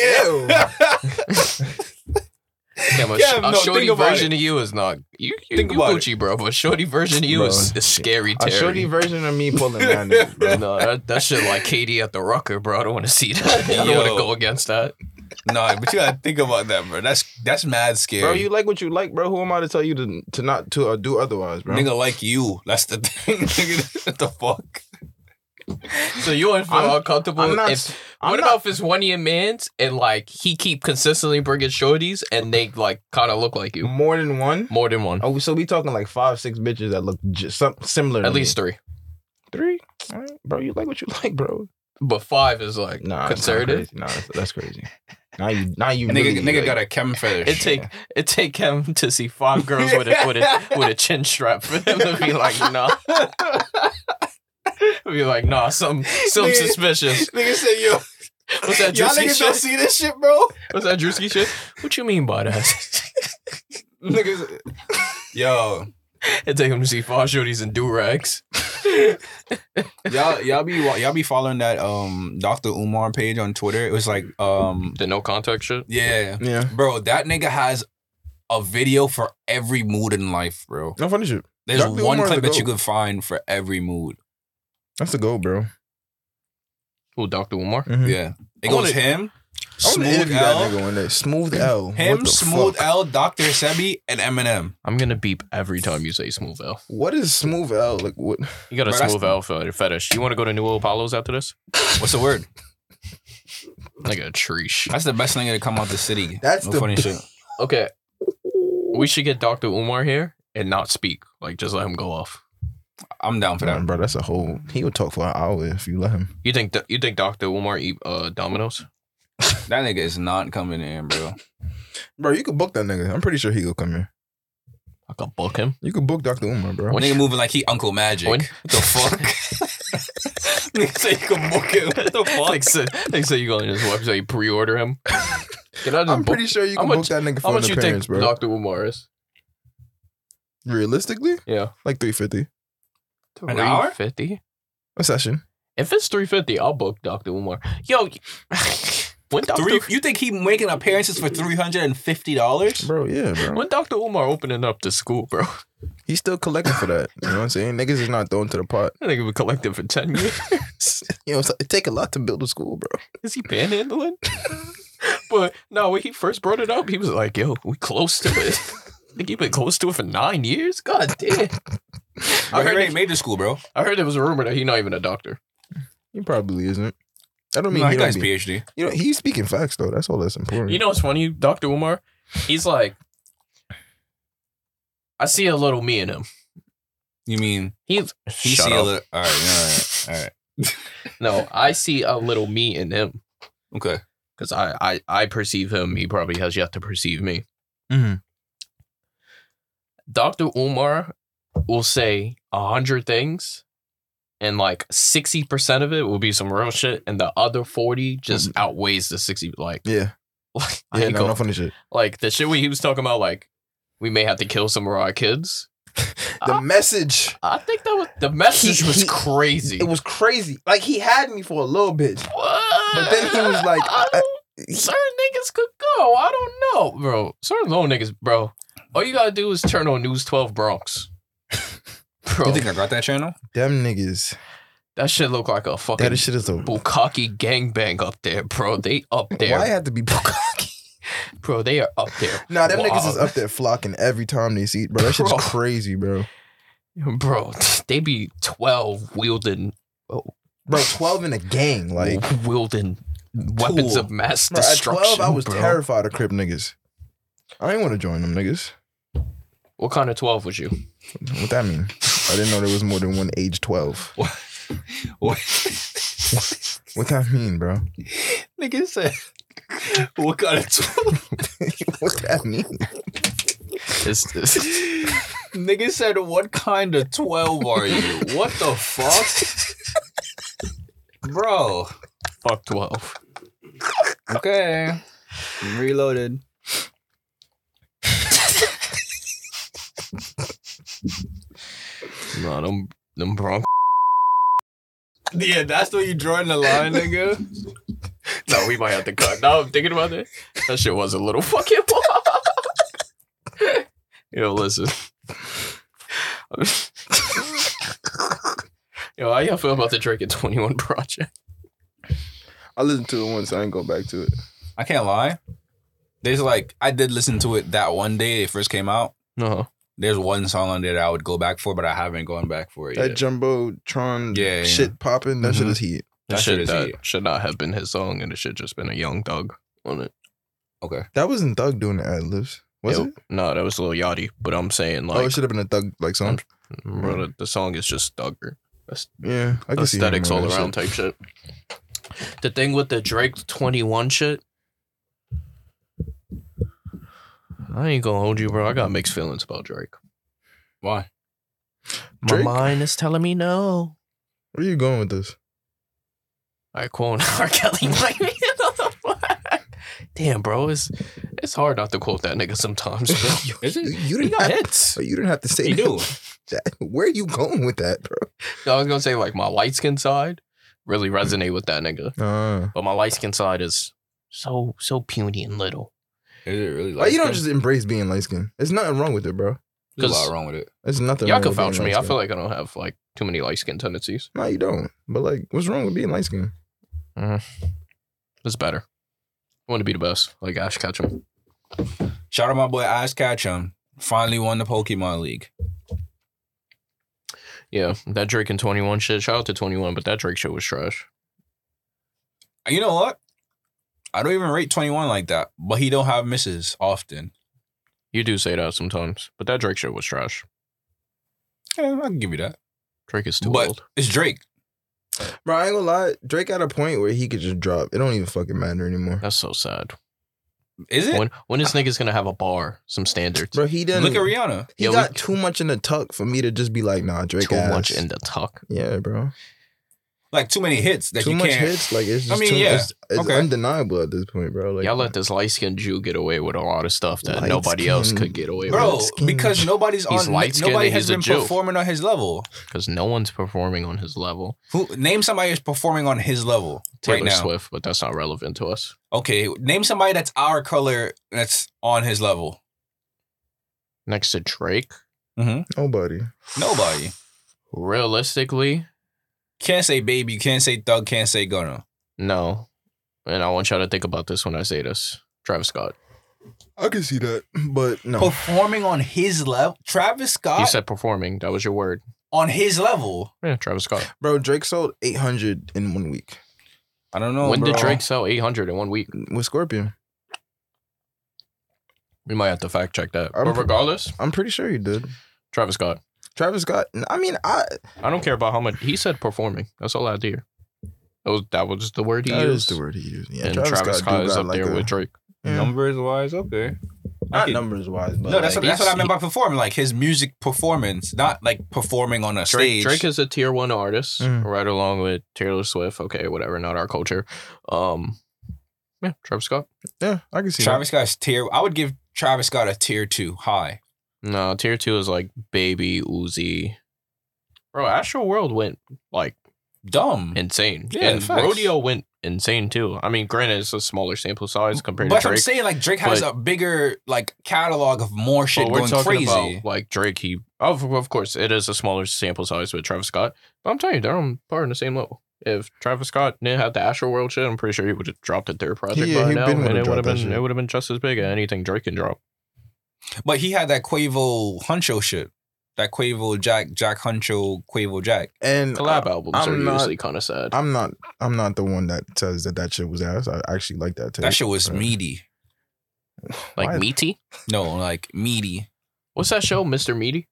ew? Damn, a, sh- Yeah, a no, shorty think about version of you is not. You, you, Think you about it. Gucci, bro. But a shorty version of you Bro, is, is scary. A Terry. shorty version of me pulling down niggas, bro. no, that, that shit like Katie at the Rucker, bro. I don't want to see that. I don't want to Yo. go against that. nah, but you gotta think about that, bro. That's that's mad scary. Bro, you like what you like, bro. Who am I to tell you to, to not to uh, do otherwise, bro? nigga like you. That's the thing. nigga. what the fuck? So you wouldn't feel I'm- uncomfortable I'm not. if. I'm what not- about if it's one of your mans and like he keep consistently bringing shorties and they like kind of look like you more than Mm. one? more than one, Oh, so we talking like five, six bitches that look just some similar. at to me. least three, three, All right, bro. You like what you like, bro. but five is like Nah, that's kinda conservative. crazy. Nah, that's, that's crazy. Now you, now you, nigga, really, nigga like- got a chem fetish. It take it take him to see five girls with a with a with a chin strap for them to be like, nah. be like, nah, some some Nigga- suspicious. nigga said, yo, What's that y'all Drewski niggas don't shit? see this shit, bro. What's that Drewski shit? What you mean by that? Niggas, yo, it take him to see five shorties and do rags. y'all y'all be wa- y'all be following that um Dr. Umar page on Twitter. It was like um The no contact shit. yeah. Yeah. Bro, that nigga has a video for every mood in life, bro. No funny shit. There's Dr. one Umar's clip the that you GOAT. could find for every mood. That's the goal, bro. Who, Dr. Umar? Mhm. Yeah. It I wanna- goes I him, wanna Smooth interview that L, nigga one day. Smooth L. him, What the Smooth fuck? L, Dr. Sebi, and Eminem. I'm gonna beep every time you say smooth L. What is Smooth L? Like what? You got a Bro, that's- smooth L fe- fetish. You want to go to New Apollos after this? What's the word? Like a tree. sh- That's the best thing to come out the city. That's no the- funny shit. Okay, we should get Dr. Umar here and not speak. Like just let him go off. I'm down for Nah, that. bro, that's a whole. He would talk for an hour if you let him. You think you think Dr. Umar eat uh, Domino's? That nigga is not coming in, bro. Bro, you could book that nigga. I'm pretty sure he could come here. I could book him. You could book Dr. Umar, bro. Nigga moving like he Uncle Magic. When- What the fuck? nigga say you can book it. What the fuck? They say, they say you go on his website, pre-order him. Can I just I'm book- pretty sure you How can much- book that nigga How for an much you think appearance, bro. Dr. Umar is? Realistically, Yeah, like 350 An hour? fifty. a session. If it's three fifty, I'll book Dr. Umar. Yo, when Dr. Three, you think he making appearances for three hundred and fifty dollars? Bro, yeah, bro. when Dr. Umar opening up the school, bro, He's still collecting for that. You know what I'm saying? Niggas is not thrown to the pot. I think we collected for ten years. You know, it's it take a lot to build a school, bro. Is he panhandling? but no, when he first brought it up, he was like, "Yo, we close to it." I think he been close to it for nine years. God damn! I I heard, heard they it, made the school, bro. I heard it was a rumor that he's not even a doctor. He probably isn't. I I don't mean mean, he he got don't his be, PhD. you know, he's speaking facts though. That's all that's important. You know what's funny, Doctor Umar? He's like, I see a little me in him. You mean He's he Shut see up. a little? All right, all right, all right. no, I see a little me in him Okay, because I, I I perceive him. He probably has yet to perceive me. Mhm. Dr. Umar will say a hundred things, and like sixty percent of it will be some real shit, and the other forty just Mm-hmm. outweighs the sixty. Like, yeah, like, I yeah, ain't no, gonna- no funny shit. like the shit we, he was talking about. Like, we may have to kill some of our kids. The I- message, I think that was the message He- was he- crazy. it was crazy. Like he had me for a little bit. What? But then he was like, uh, I I- don't- certain niggas could go. I don't know, bro. Certain low niggas, bro. All you gotta do is turn on News 12 Bronx. Bro, you think I got that channel? Them niggas. that shit look like a fucking That shit is a. Bukaki gangbang up there, bro. They up there, Why had to be Bukaki? bro. They are up there. Nah, them niggas Wow. is up there flocking every time they see, bro. That shit's Bro. crazy, bro. bro. They be twelve wielding, Bro, twelve in a gang, like. wielding weapons Tool. of mass Bro, at destruction. twelve, I was bro. terrified of crip niggas. I didn't want to join them niggas. What kind of twelve was you? What that mean? I didn't know there was more than one age twelve. What What that mean, bro? nigga said? What kind of what that mean? It's, it's, nigga said? What kind of twelve are you? What the fuck, bro? fuck twelve. Okay, reloaded. No, them them Bronx. Yeah, that's where you drawing the line, nigga. No, we might have to cut. Now I'm thinking about it. That shit was a little fucking wild. Yo, listen. Yo, how y'all feel about the Drake and 21 project? I listened to it once. I ain't go back to it. I can't lie. There's like I did listen to it that one day it first came out. No. There's one song on there that I would go back for, but I haven't gone back for it That yet. jumbotron Yeah, yeah. shit popping. That shit Mhm. is heat. That, That shit shit is that heat. should not have been his song, and it should just been a young dog on it. okay. That wasn't Thug doing the ad libs, was Yo, it? No, that was Lil Yachty, but I'm saying, oh, it like, should have been a Thug like song. bro, the- the song is just Thugger. Yeah, I can see him aesthetics doing all that around shit. type shit. The thing with the Drake 21 shit. I ain't gonna hold you, bro. I got mixed feelings about Drake. Why? Drake? My mind is telling me no. Where you going with this? I quote R. Kelly might be another one. Damn, bro, it's it's hard not to quote that nigga sometimes, bro. Is You, it? you He didn't got have, hits. you didn't have to say You that. do. Where are you going with that, bro? I was gonna say like my light skin side really resonate with that nigga, Uh, but my light skin side is so so puny and little. Is it really? why you don't just embrace being light skinned? There's nothing wrong with it, bro. There's a 'cause- lot wrong with it. There's nothing. Y'all wrong can with vouch for being me. I light-skinned. feel like I don't have like too many light skin tendencies. no, you don't. But like, what's wrong with being light skinned? It's better. I want to be the best, like Ash Ketchum. Shout out my boy Ash Ketchum. Finally won the Pokemon League. Yeah, that Drake and Twenty One shit. Shout out to Twenty One, but that Drake shit was trash. You know what? I don't even rate 21 like that, but he don't have misses often. You do say that sometimes, but that Drake shit was trash. Yeah, I can give you that. Drake is too But- old. It's Drake. Bro, I ain't gonna lie. Drake at a point where he could just drop. It don't even fucking matter anymore. That's so sad. Is it? When when is niggas gonna have a bar, some standards? Bro, he didn't. Look at Rihanna. He Yeah, we- got too much in the tuck for me to just be like, nah, Drake. Too ass. much in the tuck. Yeah, bro. Like too many hits that too you much can't. hits. Like it's I just mean, too, yeah. it's, it's Okay. undeniable at this point, bro. Like Y'all let this light skinned Jew get away with a lot of stuff that Light nobody else skin. could get away Bro. with because nobody's He's on. light-skinned Nobody and has he's a been Jew. performing on his level. because no one's performing on his level. Who name somebody who's performing on his level Taylor right now? Swift, but that's not relevant to us. Okay, name somebody that's our color that's on his level. Next to Drake, nobody. Nobody realistically, can't say baby, can't say thug, can't say gunna. no. And I want y'all to think about this when I say this. Travis Scott. I can see that, but no. Oh. Performing on his level, Travis Scott You said performing. That was your word. on his level. Yeah, Travis Scott. Bro, Drake sold 800 in one week I don't Oh, know. when did bro. Drake sell 800 in one week? with Scorpion. We might have to fact check that. I'm but pr- regardless, I'm pretty sure he did. Travis Scott. Travis Scott. I mean, I I don't care about how much he said performing. That's all I hear. That was that was the word he that is used. the word he used. Yeah, And Travis, Scott, do is got up there a- with Drake. yeah. Numbers wise, okay. I Not can- numbers wise, but No, that's like, what, that's what I meant by performing, like his music performance, not like performing on a Drake, stage. Drake is a tier one artist, Mm. right along with Taylor Swift. Okay, whatever, not our culture. Um, yeah, Travis Scott. yeah, I can see that. Travis Scott's tier. I would give Travis Scott a tier two high. No, tier two is like Baby Uzi. Bro, Astro World went like Dumb. insane, Yeah, and facts. Rodeo went insane too. I mean, granted, it's a smaller sample size compared But to I'm Drake. saying like Drake has but- a bigger like catalog of more shit but we're going talking crazy. about like Drake. He of of course it is a smaller sample size with Travis Scott, but I'm telling you, they're on par in the same level. If Travis Scott didn't have the Astro World shit, I'm pretty sure he would have dropped a third project Yeah, by he now, been and would've it would have dropped that been shit. it would have been just as big as anything Drake can drop. but he had that Quavo Huncho shit. That Quavo Jack Jack Huncho Quavo Jack. And Collab albums Uh, I'm are not- usually kind of sad. I'm not. I'm not the one that says that that shit was ass. I actually like that tape. That shit was Uh, meaty. like why- Meaty, No, like meaty. what's that show, Mr. Meaty?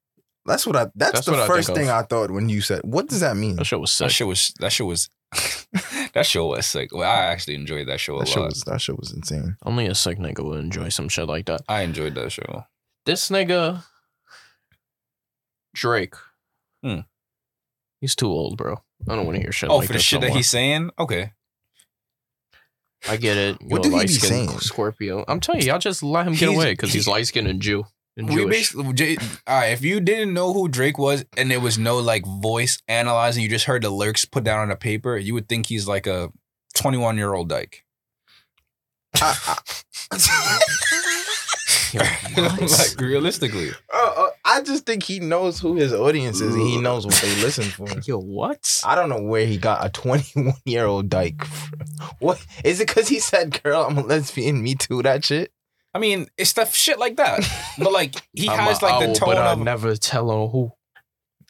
That's what I. That's, That's the what I first think thing of. I thought when you said. What does that mean? That show was That sick. shit was that shit was that show was sick. Well, I actually enjoyed that show a That shit lot. was. That shit was insane. Only a sick nigga would enjoy some shit like that. I enjoyed that show. This nigga, Drake, Hmm. he's too old, bro. I don't want to hear shit. oh, like for the this shit no that more. he's saying? Okay. I get it. What You're did he be light skinned saying? Scorpio. I'm telling you, y'all just let him get He's- away because he's he- light skinned and Jew. And We Jewish. basically, J- all right, if you didn't know who Drake was and there was no like voice analyzing, you just heard the lyrics put down on a paper, you would think he's like a 21 year old dyke. I, I, Yo, nice. like realistically. Uh, uh, I just think he knows who his audience is and he knows what they listen for. Yo, what? I don't know where he got a 21 year old dyke. from. What is it? Because he said, "Girl, I'm a lesbian." Me too. That shit. I mean, it's stuff shit like that. But like he I'm has a like owl, the tone but I of never tell on who.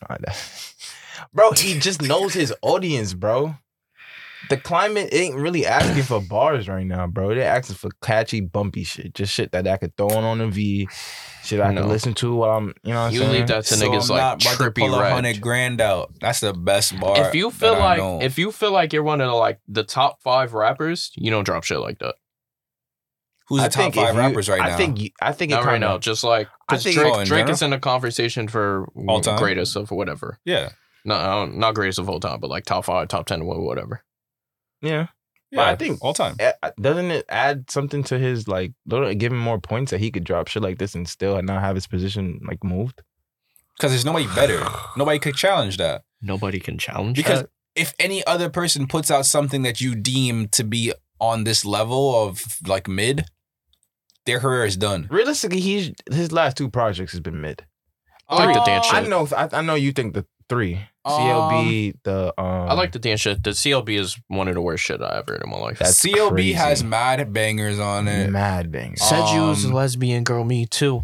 Nah, that- Bro, he just knows his audience, bro. The climate ain't really asking for bars right now, bro. They're asking for catchy, bumpy shit. Just shit that I could throw on on the V. Shit I No. can listen to while I'm, you know what You I'm saying? leave that to so niggas I'm like not about to trippy pull a red. hundred grand out. That's the best bar. If you feel that I like know. if you feel like you're one of the, like the top five rappers, you don't drop shit like that. who's the top if five you- rappers right I now? Think you, I think it Not right kinda- now, just like I 'cause think- Drake, Oh, in Drake general? is in a conversation for All time? greatest of whatever. yeah. No, I don't- not greatest of all time, but like top five, top ten, wha- whatever. Yeah. yeah. I think- all time. Uh, doesn't it add something to his like don't it give him more points that he could drop shit like this and still not have his position like moved? Because there's nobody better. Nobody could challenge that. Nobody can challenge Because that. if any other person puts out something that you deem to be on this level of like mid, their career is done. Realistically, he's his last two projects has been mid. I like the dance Um, shit. I know. I, I know you think the three CLB the um. I like the dance shit. The CLB is one of the worst shit I ever heard in my life. That's CLB crazy. has mad bangers on it. mad bangs. Seju is a um, lesbian girl, me too.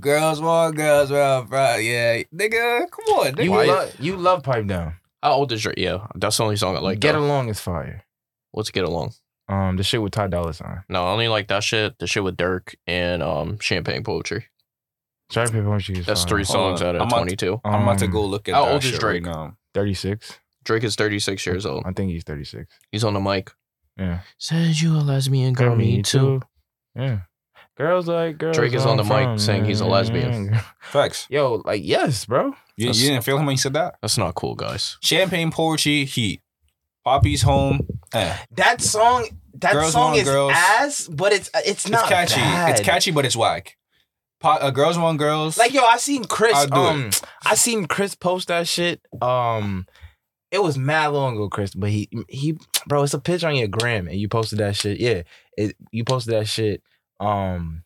Girls want girls, bro, bro. Yeah, nigga, come on, nigga. You Why- love you love pipe down. How old is your yeah? That's the only song I like. Get Get along is fire. Let's get along. Um, the shit with Ty Dolla Sign. No, I only like that shit. The shit with Dirk and um Champagne Poetry. Sorry, people, I'm sure That's three Hold songs on. out of I'm on- twenty two. I'm about to uh, go look at Um, how that old is shit Drake? right now. Thirty six. Drake is thirty six years old. I think he's thirty six. He's on the mic. Yeah. Says you a lesbian girl, me too. Yeah. Girls like girls. Drake is on the mic from- saying he's a lesbian. Facts. Yo, like yes, bro. You, That's- you didn't feel him when you said that. That's not cool, guys. Champagne poetry, heat. Poppy's home. Eh. That song. That Girls song Want is Girls. ass, but it's it's It's catchy. It's catchy, but it's whack. Po- uh, girls want girls. Like yo, I seen Chris. I'll do um, I seen Chris post that shit. Um, it was mad long ago, Chris. But he he, bro, it's a picture on your gram, and you posted that shit. Yeah, it, you posted that shit. Um,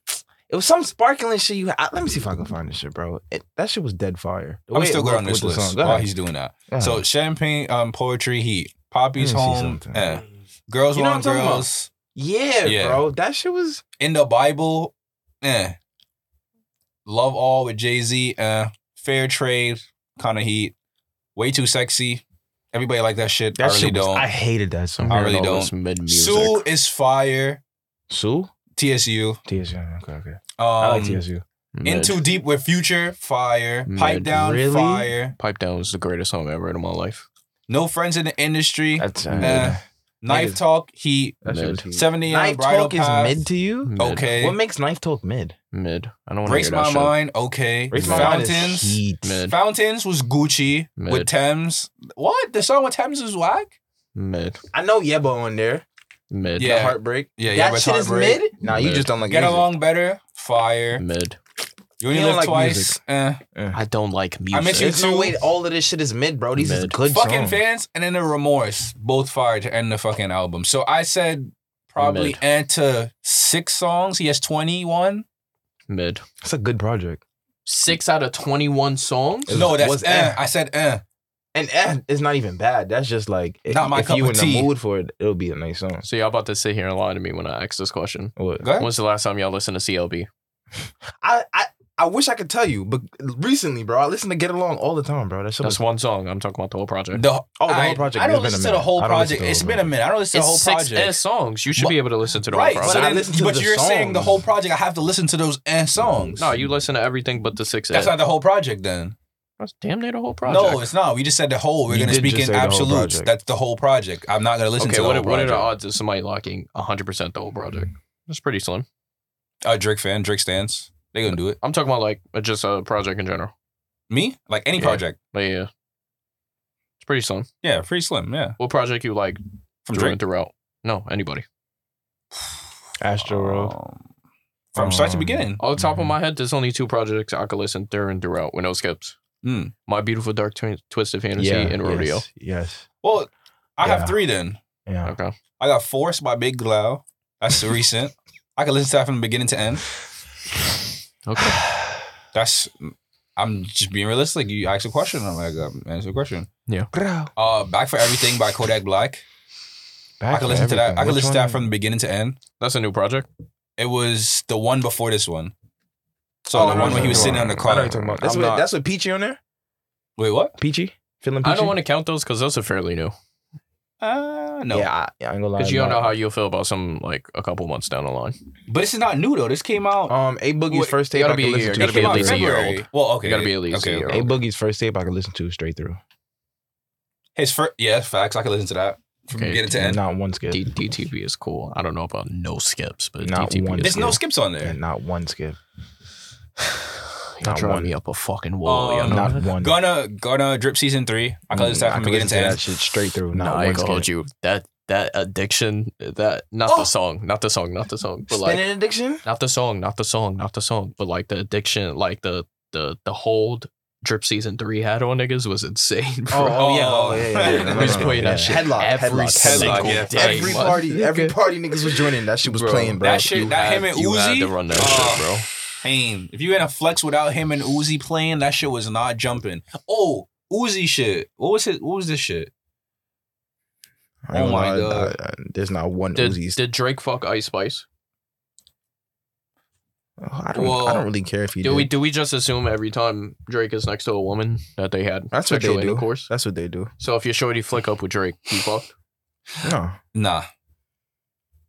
it was some sparkling shit. You I, let me see if I can find this shit, bro. It, that shit was dead fire. The I'm way still it good on looked this with the list song. Go while ahead. he's doing that. Yeah. So champagne, um, poetry, heat. Poppy's Let me see home. something. Eh. Girls You know want what I'm talking about. girls. yeah, Yeah. bro, that shit was. In the Bible. Eh. Love all with Jay Z. Eh. Fair trade. Kind of heat. Way too sexy. Everybody like that shit. That I really shit was- don't. I hated that song. I really don't. Mid music. Sue is fire. Sue. TSU. TSU. Okay, okay. Um, I like TSU. In Too Deep with Future, fire. Mid. Pipe Down, Really? fire. Pipe Down is the greatest song I ever heard in my life. No Friends in the Industry. That's uh, Nah. Knife niggas- Mm. Talk, Heat. that shit was Mid. heat. 70 on Knife Bridal Talk is Path. mid to you. Mid. okay. What makes Knife Talk mid? Mid. I don't want to Breaks hear My that shit. Mind, okay. Raise My Mind is Fountains. heat. Mid. Fountains was Gucci with Mid. Thames. What? The song with Thames is whack? Mid. I know Yebo on there. Mid. Yeah. The heartbreak. Yeah, That yeah, but shit is Heartbreak. mid. Nah, you Mid. just don't like Get music. Mm. Along Better, fire. Mid. You Only You don't Live like Twice. eh. I don't like music. miss you There's no too. way all of this shit is mid, bro. These is Mid. good Fucking songs. Fans and then The Remorse. Both fire to end the fucking album. So I said probably Mid. end to six songs. He has 21. Mid. That's a good project. Six out of twenty-one songs. It no, was- that's was eh. eh. I said eh. And eh, it's not even bad. That's just like if, Not my if cup you of in tea. the mood for it, it'll be a nice song. So y'all about to sit here and lie to me when I ask this question. What? Go ahead. When's the last time y'all listened to CLB? I, I I wish I could tell you, but recently, bro, I listen to Get Along all the time, bro. That shit was That's one song. I'm talking about the whole project. The, Oh, the whole I- project. I It's don't been a listen to the minute. whole I don't listen project. to the It's whole been a minute. I don't listen it's to the whole six project. eh songs. You should be able to listen to the right, whole but, I project. then- listen to but the you're saying the songs. whole project. I have to listen to those eh songs. no, you listen to everything but the six. that's eh. not the whole project. Then That's damn near the whole project. no, it's not. We just said the whole. We're You gonna did speak just in say the whole absolutes. project. That's the whole project. I'm not gonna listen okay, to the what, whole are- what are the project. odds of somebody locking 100% the whole project? That's pretty slim. a Uh, Drake fan, Drake stands. They gonna do it. I'm talking about like uh, just a project in general. Me, like any Yeah. project. But yeah, it's pretty slim. Yeah, pretty slim. Yeah, What project you like from through Drake. and throughout? No, anybody. Astro World. Um, from start to Um, beginning. On the top of my head, there's only two projects I could listen through and throughout with no skips. Mm. My Beautiful Dark Twi- Twisted Fantasy and Rodeo. Yes. yes. Well, I Yeah. have three then. Yeah. Okay. I got Forced by Big Glow. That's recent. I can listen to that from beginning to end. Okay. That's I'm just being realistic. You ask a question, I'm like, um, answer a question. Bro. Uh, Back for Everything by Kodak Black. I can listen to that. I can listen to that from the beginning to end. That's a new project. It was the one before this one. So the one no, where he no, was no, sitting on the car. That's I'm what, not- that's what Peachy on there? wait, what? Peachy? Feeling Peachy? I don't want to count those because those are fairly new. Uh, no. Yeah, I, I ain't gonna lie. Because you don't about- know how you'll feel about some like a couple months down the line. But this is not new though. This came out. Um, A Boogie's Wait, first Oh, you tape gotta I be can a year, listen it gotta to. be came at out least a year February. old. Well, okay. You gotta be at least a year okay. old. A Boogie's first tape I can listen to straight through. His first, yeah, facts. I can listen to that from Okay. beginning to end. Not one skip. D- DTP is cool. I don't know about no skips, but Not DTP one. is There's It's no good. skips on Yeah, there. not one skip. Y'all Not drive one. me up a fucking wall. y'all Um, know Not that? one. Gonna, gonna drip season three. I can listen to that Mm, I from can beginning listen to to that end. shit straight through. No, I Not one can skip. hold you. That that addiction. That not the Oh! song. Not the song. Not the song. But like Spinning addiction? not the song. Not the song. Not the song. But like the addiction. Like the the the hold Drip Season 3 had on niggas was insane, Oh, bro. oh, yeah, oh, yeah, yeah, yeah. We was playing that shit Headlock, every headlock, single headlock. yeah. day. Every man. party, every Nigga, party niggas was joining. That shit was Bro, playing, bro. that shit, you that had- him and you had Uzi, to run that Oh, Ah. shit, bro. Pain. If you had a flex without him and Uzi playing, that shit was not jumping. Oh, Uzi shit. What was his? What was this shit? I ain't Oh my gonna lie, God. uh, uh, there's not one Did, Uzi's. did Drake fuck Ice Spice? Oh, I don't. I Well, don't really care if you Do do. we do we just assume every time Drake is next to a woman that they had That's what sexual they do. intercourse? That's what they do. So if your shorty flick up with Drake, he fucked. No, Nah.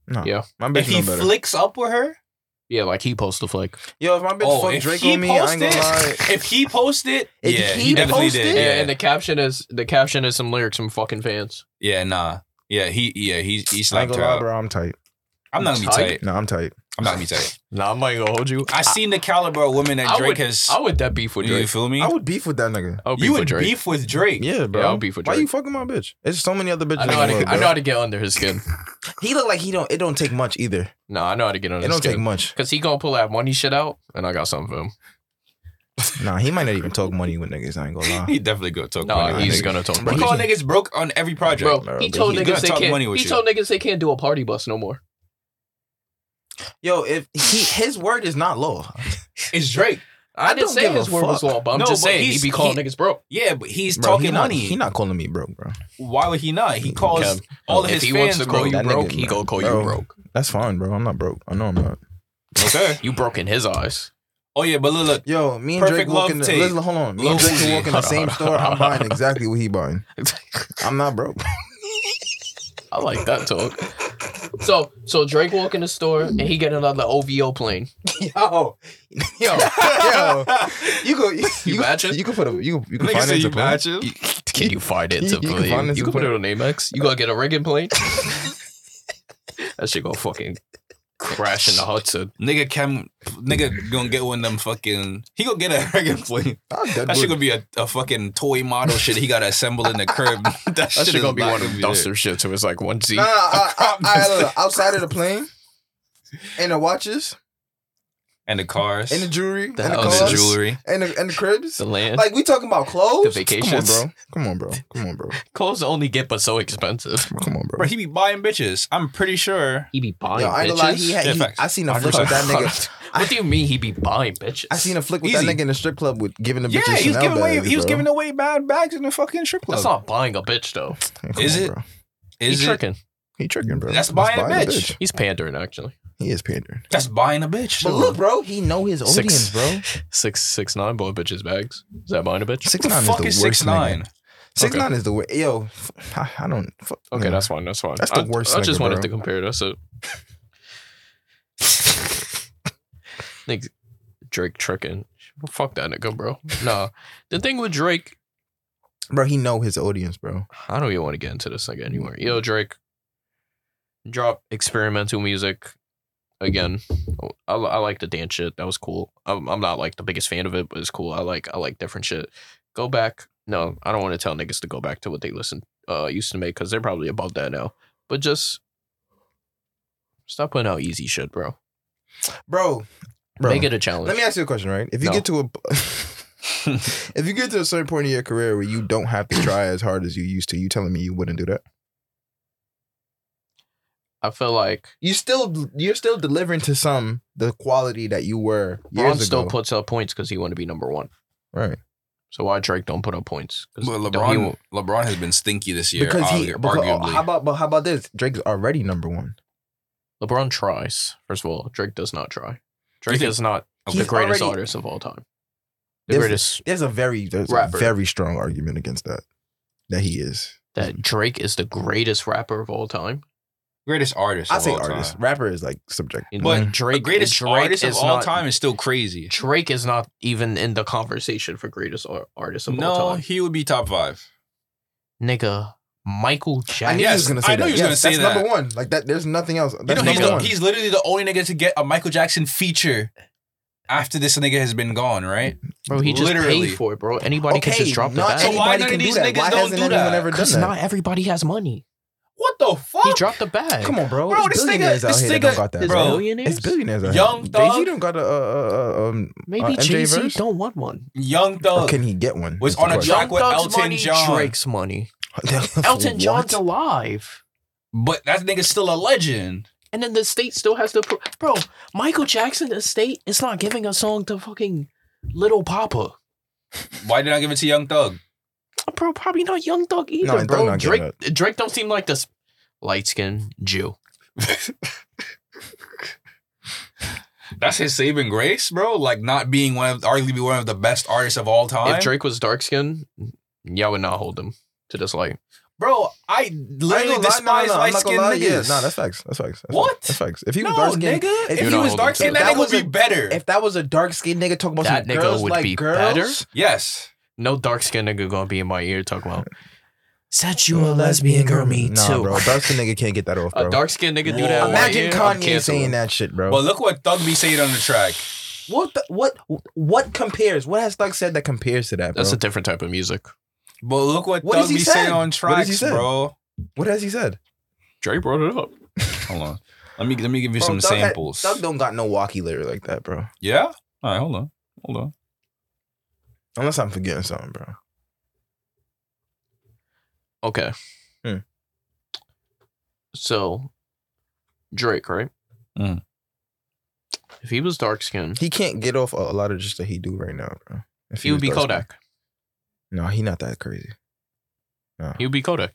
no. Yeah. my If bitch he know better. flicks up with her, Yeah, like he posts the flick. Yo, if my bitch oh, fuck if Drake he on me, I ain't posted, gonna lie. if he posted, If yeah, he he, definitely posted? did. Yeah. Yeah, and the caption is the caption is some lyrics from fucking fans. yeah, nah, yeah, he, yeah, he, he I ain't slapped gonna her. lie, out. bro. I'm tight. I'm not gonna be Tight? tight. No, I'm tight. I'm not gonna be tight. Nah, I'm not gonna hold you. I seen the caliber of women that I Drake would- has. I would that beef with you Drake. feel me? I would beef with that nigga. I would beef you with would Drake. beef with Drake. Yeah, bro. Oh, I'll beef with Why Drake. you fucking my bitch? There's so many other bitches. I know, how in to, the get- world, I know bro. how to get under his skin. He look like he don't. It don't take much either. No, I know how to get under It his don't skin. take much. Cause he gonna pull that money shit out, and I got something for him. Nah, he might not even talk money with niggas. I ain't gonna lie. He definitely go talk. No, money with he's niggas. gonna talk We money. call niggas broke on every project. Bro, Bro, he told he niggas gonna they talk can't. money with he you. told niggas they can't do a party bus no more. Yo, if he, his word is not law. it's Drake. I, I didn't don't say give a his word was fuck. law, but I'm No, just but saying he he's- be calling he- nigga niggas broke. Yeah, but he's Bro, talking he not, money. He not Mm, calling me broke, bro. Why would he not? He calls Kev, all of if his he wants fans to call broke. you That broke, nigga, he man. gonna call Bro. you broke. That's fine, bro. I'm not broke. I know I'm not. Okay. You broke in his eyes. Oh yeah, but look, look, Yo, me and Perfect Drake walk love in the tape. listen, hold on. Me Lil and Drake can Uzi. walk in the Hold on, same hold on, store. hold I'm on. buying exactly what he buying. I'm not broke. I like that talk. So, so Drake walk in the store and he get another OVO plane. yo, yo, yo. You go. You, You you, matching? you can put a. You can, you can nigga find say it you to play. match him. Can you find it? You- you can find it you to can put play. it on Amex. You gotta get a Reagan plane. that shit gonna fucking crash in the Hudson. Nigga Cam, nigga gonna get one of them fucking. He gonna get a regular plane. I'm dead That shit broke. gonna be a, a fucking toy model shit. He gotta assemble in the crib. that, That shit shit is gonna be not one of them there. dumpster shits. So it's like one Z. Nah, I, I, I, look, outside of the plane, and the watches, and the cars and the jewelry, and the and the houses. cars, jewelry. and the and the cribs. The land. Like we talking about the clothes. Come on, vacations. bro. Come on, bro. Come on, bro. Clothes only get but so expensive. Come on, bro. Bro, he be buying bitches. I'm pretty sure. He be buying Yo, I ain't gonna lie. He had. Yeah, he- facts. I seen a flick with that nigga. what do you mean he be buying bitches? I seen a flick with Easy. that nigga in the strip club with giving the Yeah, bitches. he was Chanel giving away. bags, He was bro. giving away bad bags in the fucking strip club. That's not buying a bitch though. Come Is on, it? Bro. Is He's it? tricking. He tricking, bro. That's buying a a bitch. He's pandering actually. He is pandering. That's buying a bitch. But look, bro, he know his Six. audience, bro. Six six nine boy bitches bags. Is that buying a bitch? Six the nine fuck is is the worst. six nine? nigga. Six Okay. nine is the worst. Yo, f- I, I don't. Fuck, Okay, you know. that's fine. That's fine. That's the I, worst I just nigga, wanted bro. to compare. That's it. Nigga, Drake tricking. Well, fuck that nigga, bro. Nah, the thing with Drake, bro. He know his audience, bro. I don't even want to get into this nigga anymore. Yo, Drake, drop experimental music again. I, I like the dance shit. That was cool. I'm, I'm not like the biggest fan of it, but it's cool. I like I like different shit. Go back. No, I don't want to tell niggas to go back to what they listen uh used to make because they're probably above that now. But just stop putting out easy shit, bro. Bro, bro. Make it a challenge. Let me ask you a question, right? If you No. get to a, if you get to a certain point in your career where you don't have to try as hard as you used to, you telling me you wouldn't do that? I feel like You still, you're still delivering to some the quality that you were years Braun ago. still puts up points because he want to be number one. right. So why Drake don't put up points? 'Cause But don't- he LeBron, won't- LeBron has been stinky this year. because he, argu- because, oh, arguably. how about, but how about this? Drake's already number one. LeBron tries. First of all, Drake does not try. Drake think- is not Okay. the greatest already- artist of all time. The There's- greatest There's a very, there's a Rapper. very strong argument against that. That he is. that Drake is the greatest rapper of all time. greatest artist. I of say all time. artist. Rapper is like subjective. You know, But like, Drake, the greatest Drake artist of is all not- time is still crazy. Drake is not even in the conversation for greatest ar- artist of all No, time. he would be top five. Nigga, Michael I Jackson. knew Yes, he was gonna say I knew that. he was Yes, gonna say that's that. number one. Like that. There's nothing else. You That's know, he's, number the, one. he's literally the only nigga to get a Michael Jackson feature after this nigga has been gone, right? bro, he just literally. paid for it, bro. Anybody can Okay, just drop the not bag. So why anybody none of can do these that. niggas Why don't hasn't do anyone that? ever done Because that? not everybody has money. What the fuck? He dropped the bag. Come on, bro. Bro, It's this nigga- billionaires out this here that don't nigga got that, is His bro. Bro, millionaires? It's billionaires. out Young here. Thug. Jay-Z don't got a, uh, uh, uh, um, uh, Maybe MJ Jay Z verse? don't want one. Young Thug Or can he get one? was That's on the a question. track with Thug's Elton money, John, Drake's money. Elton John's What? alive. but that nigga's still a legend. And then the state still has to. Pro- Bro, Michael Jackson estate is not giving a song to fucking Little Papa. Why did I give it to Young Thug? Bro, probably not Young Thug either, Thug bro. not getting Drake, Drake don't seem like this light skinned Jew. That's his saving grace, bro. Like not being one of arguably one of the best artists of all time. If Drake was dark skinned, yeah, I would not hold him to this light. bro, I I ain't literally gonna lie, despise nah, nah, I'm light not gonna skinned lie. niggas. Yeah, nah, that's facts. That's facts. That's What? Facts. That's facts. If he no, was dark skinned, nigga. If you don't he was hold him to dark skinned, that. that, That nigga would be wasn't- better. if that was a dark skinned nigga talking about That some nigga girls would like be girls, better. yes. No dark skinned nigga gonna be in my ear talking about. Said You a lesbian girl, me nah, too. bro. Dark skinned nigga can't get that off, bro. A dark skinned nigga do that. Whoa. in my Imagine ear, I'm Kanye saying canceling. that shit, bro. But look what Thug be saying on the track. what the, what what compares? What has Thug said that compares to that, bro? That's a different type of music. But look what, What Thug has he be saying said? on What has he tracks, said? bro. what has he said? Drake brought it up. Hold on. Let me let me give you Bro, some Thug had- samples. Thug don't got no walkie lyric like that, bro. yeah? All right, hold on. Hold on. Unless I'm forgetting something, bro. Okay. Hmm. So, Drake, right? Mm. If he was dark skinned, He can't get off a, a lot of just that he do right now, bro. If he would be was dark-skinned. Kodak. No, he not that crazy. He would be Kodak.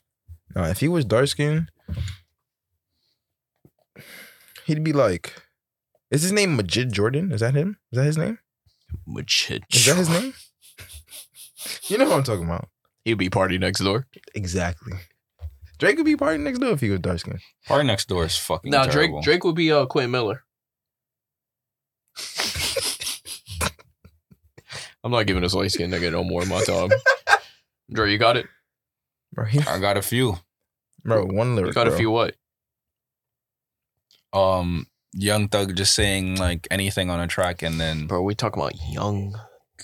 No, if he was dark skinned, he'd be like, is his name Majid Jordan? Is that him? Is that his name? Majid. Is that his name? you know what I'm talking about. He'd be party next door. Exactly. Drake would be partying next door if he was dark skinned. Party next door is fucking No, Drake. terrible. Drake would be uh, Quinn Miller. I'm not giving this light skinned nigga no more of my time. Dre, you got it. Bro, he, I got a few. bro one You lyric. got a bro. few what? Um Young Thug just saying like anything on a track and then Bro, we talking about young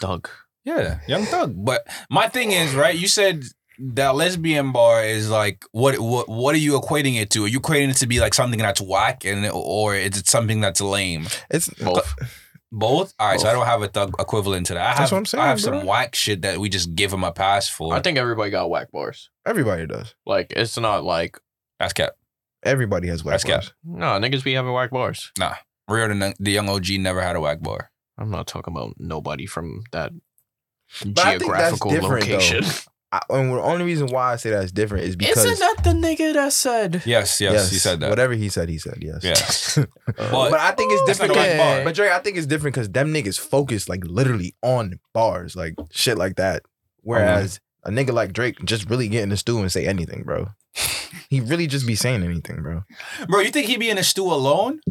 thug. Yeah, Young Thug. But my thing is, right? You said that lesbian bar is like what what what are you equating it to? Are you equating it to be like something that's whack and or is it something that's lame? It's Both. Both. All right, so I Both. don't have a thug equivalent to that. I have, That's what I'm saying, I have bro. some whack shit that we just give him a pass for. I think everybody got whack bars. everybody does. Like it's not like that's cap. Everybody has whack That's cap. bars. nah niggas be having whack bars. Real and the young OG never had a whack bar. I'm not talking about nobody from that I think that's geographical different, though. location. I, and the only reason why I say that's different is because Isn't that the nigga that said? Yes, yes, he said that. Whatever he said, he said yes. Yes. But, Uh, But- I think it's That's different. not a whack Cause, bar. but Dre, I think it's different because them niggas focus like literally on bars, like shit like that. Whereas a nigga like Drake just really get in the stew and say anything, bro. he really just be saying anything, bro. Bro, you think he be in a stew alone?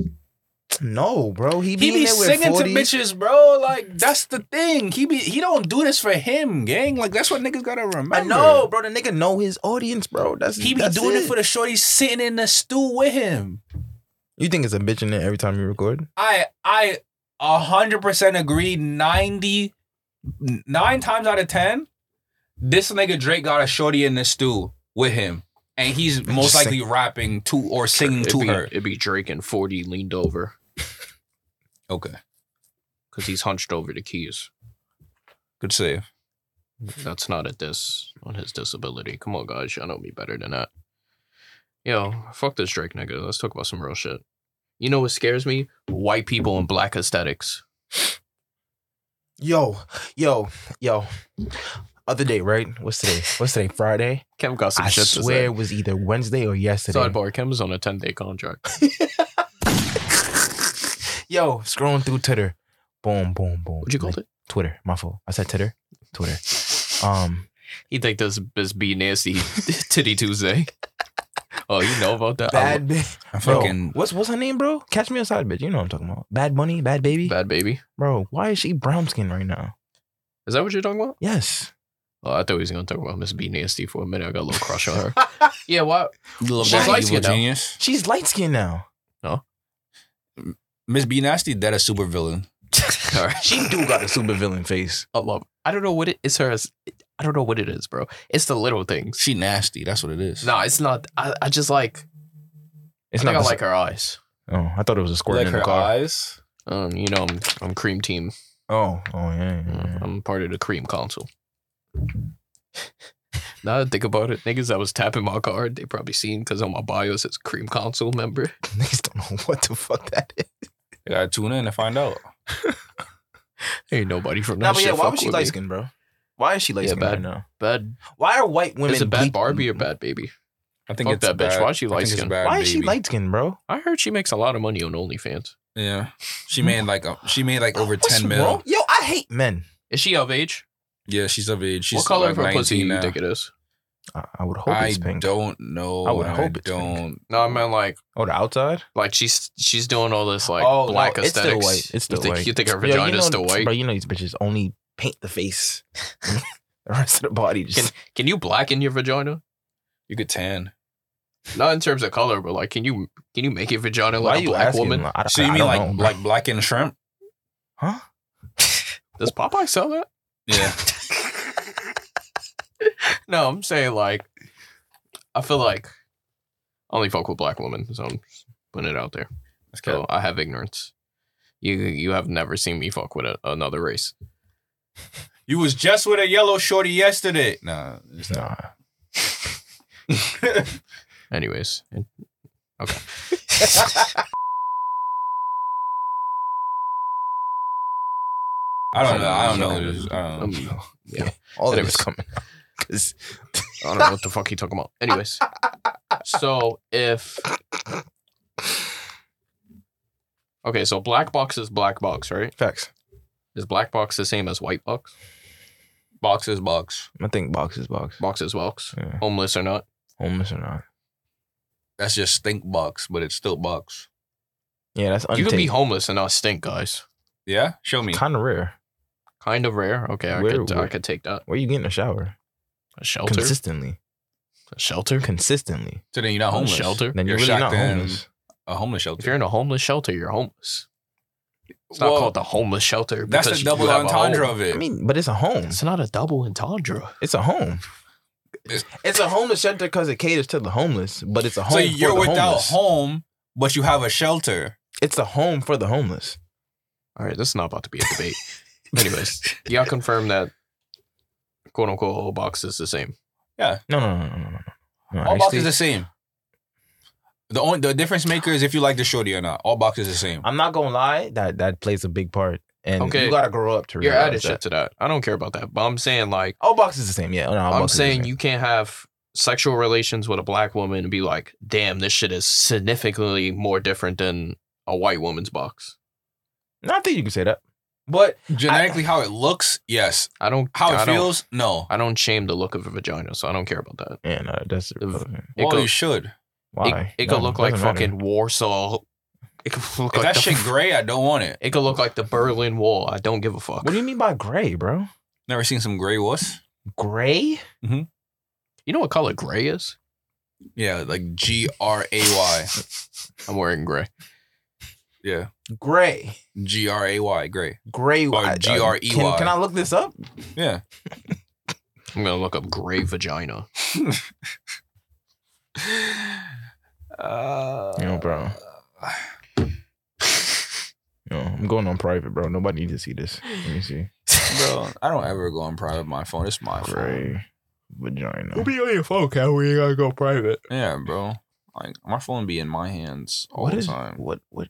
No, bro. He be, He in be there with singing 40s. to bitches, bro. Like that's the thing. He be he don't do this for him, gang. Like that's what niggas gotta remember. I know, bro. The nigga know his audience, bro. That's He be that's doing it. for the shorty sitting in the stew with him. You think it's a bitch in there every time you record? I I a hundred percent agree. Ninety nine times out of ten, this nigga Drake got a shorty in the stew with him, and he's most likely rapping to or singing it'd to be, her. It'd be Drake and 40 leaned over Okay, because he's hunched over the keys. good save. That's not a diss on his disability. Come on, guys. Y'all know me better than that. Yo, fuck this Drake nigga. Let's talk about some real shit. You know what scares me? White people and black aesthetics. Yo, yo, yo. Other day, right? What's today? What's today? Friday? Kev got some I shit to swear say. it was either Wednesday or yesterday. Sidebar, Kem's on a 10 day contract. Yo, scrolling through Twitter. Boom, boom, boom. What you called it? Twitter. My fault. I said Twitter. Twitter. Um, He think this this be nasty titty Tuesday. Oh, you know about that? I bad bitch. I Fucking. fucking What's what's her name, bro? Catch me outside, bitch. You know what I'm talking about. Bad bunny, bad baby, lo- bad baby. bro. Why is she brown skin right now? Is that what you're talking about? Yes. Oh, I thought he was gonna talk about Miss B Nasty for a minute. I got a little crush on her. yeah, why? little She's bit light evil skinned now. genius. She's light skinned now. Miss B Nasty, that a super villain. All right. She do got a super villain face. I love. I don't know what it is. Her. as- I don't know what it is, bro. It's the little things. She nasty. That's what it is. Nah, it's not. I, I just like. It's I not think I the- like her eyes. Oh, I thought it was a squirt like in the her car. eyes. Um, you know, I'm I'm cream team. Oh, oh yeah. yeah, yeah. I'm part of the cream council. now that I think about it, niggas that was tapping my card, they probably seen because on my bio it says cream council member. Niggas don't know what the fuck that is. You gotta tune in and find out. Ain't nobody from that Nah, but shit. yeah, why fuck was she with me. light skinned, bro? Why is she light skinned bad. right now? Bad. Why are white women Is it bad bleak- Barbie or bad baby? I think Fuck it's that bitch. bad. Why is she I think it's light-skinned? bad, Why is she baby. light skinned, bro? I heard she makes a lot of money on OnlyFans. Yeah, she made like a, she made like over What's ten mil. wrong? Yo, I hate men. Is she of age? Yeah, she's of age. She's what color like of her pussy you 19 now. think it is? I, I would hope I it's pink. don't know. I would and hope it's pink. don't. No, I mean like Oh, the outside? like she's she's doing all this like oh, black no, aesthetics. It's still white. It's still you think, white. You think her Yo, you vagina is know- still white? Bro, you know these bitches only paint the face. the rest of the body just. Can you blacken your vagina? You could tan. Not in terms of color, but like, can you can you make your vagina Why like are a you black asking? woman? I, I, So you I mean don't like know, bro. like blackened shrimp? Huh? Does Popeye sell that? Yeah. No, I'm saying like, I feel like I only fuck with black women, so I'm just putting it out there. That's So I have ignorance. You you have never seen me fuck with a, another race. You was just with a yellow shorty yesterday. Nah, it's not. Nah. Anyways, and- okay. I don't know. I don't know. who this- I don't Um, know. yeah, All of Anyways. it's coming. Cause I don't know what the fuck he talking about. Anyways, so if okay, so black box is black box, right? facts. Is black box the same as white box? Box is box. I think box is box. Box is box. Yeah. Homeless or not? Homeless or not? That's just stink box, but it's still box. Yeah, that's You can be untaken. homeless and not stink, guys. Yeah, show me. Kind of rare. Kind of rare. Okay, I Where- could I where- could take that. Where you getting a shower? A shelter. Consistently. a shelter. Consistently. So then you're not homeless. Shelter. Then you're, You're really not shacked in. homeless. A homeless If you're shelter. in a homeless shelter, you're homeless. It's not Well, called the homeless shelter. That's because the you double have a entendre home. of it. I mean, but it's a home. It's not a double entendre. It's a home. It's- It's a homeless shelter because it caters to the homeless, but it's a home so for you're the without homeless. home, but you have a shelter. It's a home for the homeless. All right, this is not about to be a debate. Anyways, y'all confirm that quote unquote whole box is the same. No, no, no, no, no, no, no. All box Actually, is the same. The only the difference maker is if you like the shorty or not. All box is the same. I'm not gonna lie. That that plays a big part, and Okay. you gotta grow up to You're realize adding shit that. to that. I don't care about that. But I'm saying like All box is the same. Yeah, no, all I'm box is the saying same. you can't have sexual relations with a black woman and be like, damn, this shit is significantly more different than a white woman's box. No, I think you can say that, but Genetically, how it looks, yes. I don't How it I don't- feels, no. I don't shame the look of a vagina, so I don't care about that. yeah, no, that's irrelevant. It Well, could- you should. why It, it No, could look like doesn't matter. fucking Warsaw. It could look If like that the, shit gray, I don't want it. It could look like the Berlin Wall. I don't give a fuck. What do you mean by gray, bro? Never seen some gray wuss. Gray? You know what color gray is? Yeah, like G R A Y. I'm wearing gray. Yeah, Gray? G R A Y, gray. Gray? Or I- E G-R-E-Y. Can, can I look this up? Yeah, I'm gonna look up gray vagina. Yo, bro. Uh, Yo, I'm going on private, bro. Nobody needs to see this. Let me see. bro. I don't ever go on private my phone. It's my phone. Gray vagina. be on your phone, cat. We ain't gotta go private. Yeah, bro. Like my phone be in my hands all What the is time. what what?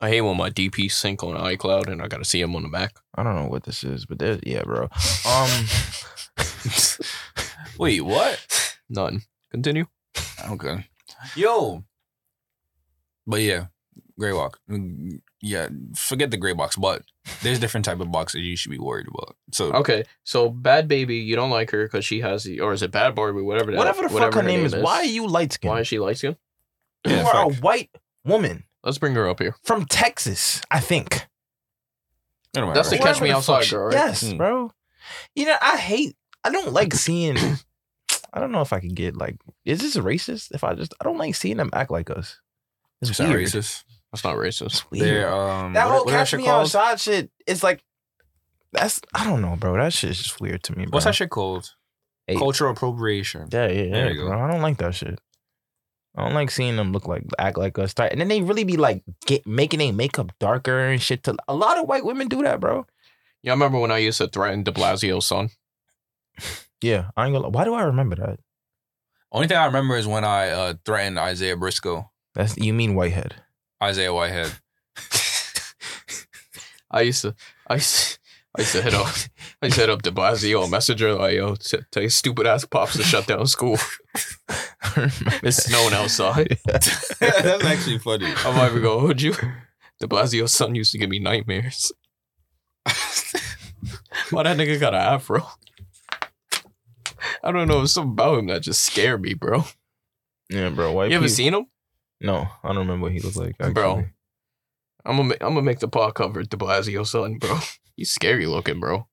I hate when my DP sync on iCloud and I gotta see him on the Mac. I don't know what this is, but there, yeah, bro. Um, Wait, what? None. Continue. Okay. Yo. But yeah, gray walk. Mm, Yeah, forget the gray box, but there's different type of boxes you should be worried about. So Oh, Okay, so bad baby, you don't like her because she has the, or is it bad Barbie, whatever. that- whatever the fuck her, name, is, why are you light Why skinned? is she light skinned? You Yeah, are a white woman Let's bring her up here. from Texas, I think. it don't matter. That's the Whatever catch me the outside fuck she- girl. Right? Yes, Mm. bro. You know, I hate. I don't like seeing. I don't know if I could get like. Is this racist? If I just, I don't like seeing them act like us. It's It's not weird. racist. That's not racist. It's weird. They're um That what- whole what catch shit me called? outside shit. It's like That's I don't know, bro. That shit's just weird to me. Bro. What's that shit called? Hey. Cultural appropriation. Yeah, yeah, There yeah, you go. bro. I don't like that shit. I don't like seeing them look like act like us. Start, and then they really be like get making their makeup darker and shit. To a lot of white women do that, bro. Yeah, I remember when I used to threaten De Blasio's son. Yeah, I ain't gonna. Why do I remember that? Only thing I remember is when I uh, threatened Isaiah Briscoe, That's you mean whitehead. Isaiah Whitehead. I used to, I used, to, I used to hit up, I used to hit up De Blasio on Messenger like, yo, t- tell your stupid ass pops to shut down school. It's snowing outside. That's actually funny. I might even go, who'd you? De Blasio's son used to give me nightmares. Why that nigga got an afro? I don't know. There's something about him that just scared me, bro. Yeah, bro. White. You ever people- seen him? No, I don't remember what he looked like, actually. Bro. I'm gonna, I'm gonna make the pod cover De Blasio son, bro. He's scary looking, bro.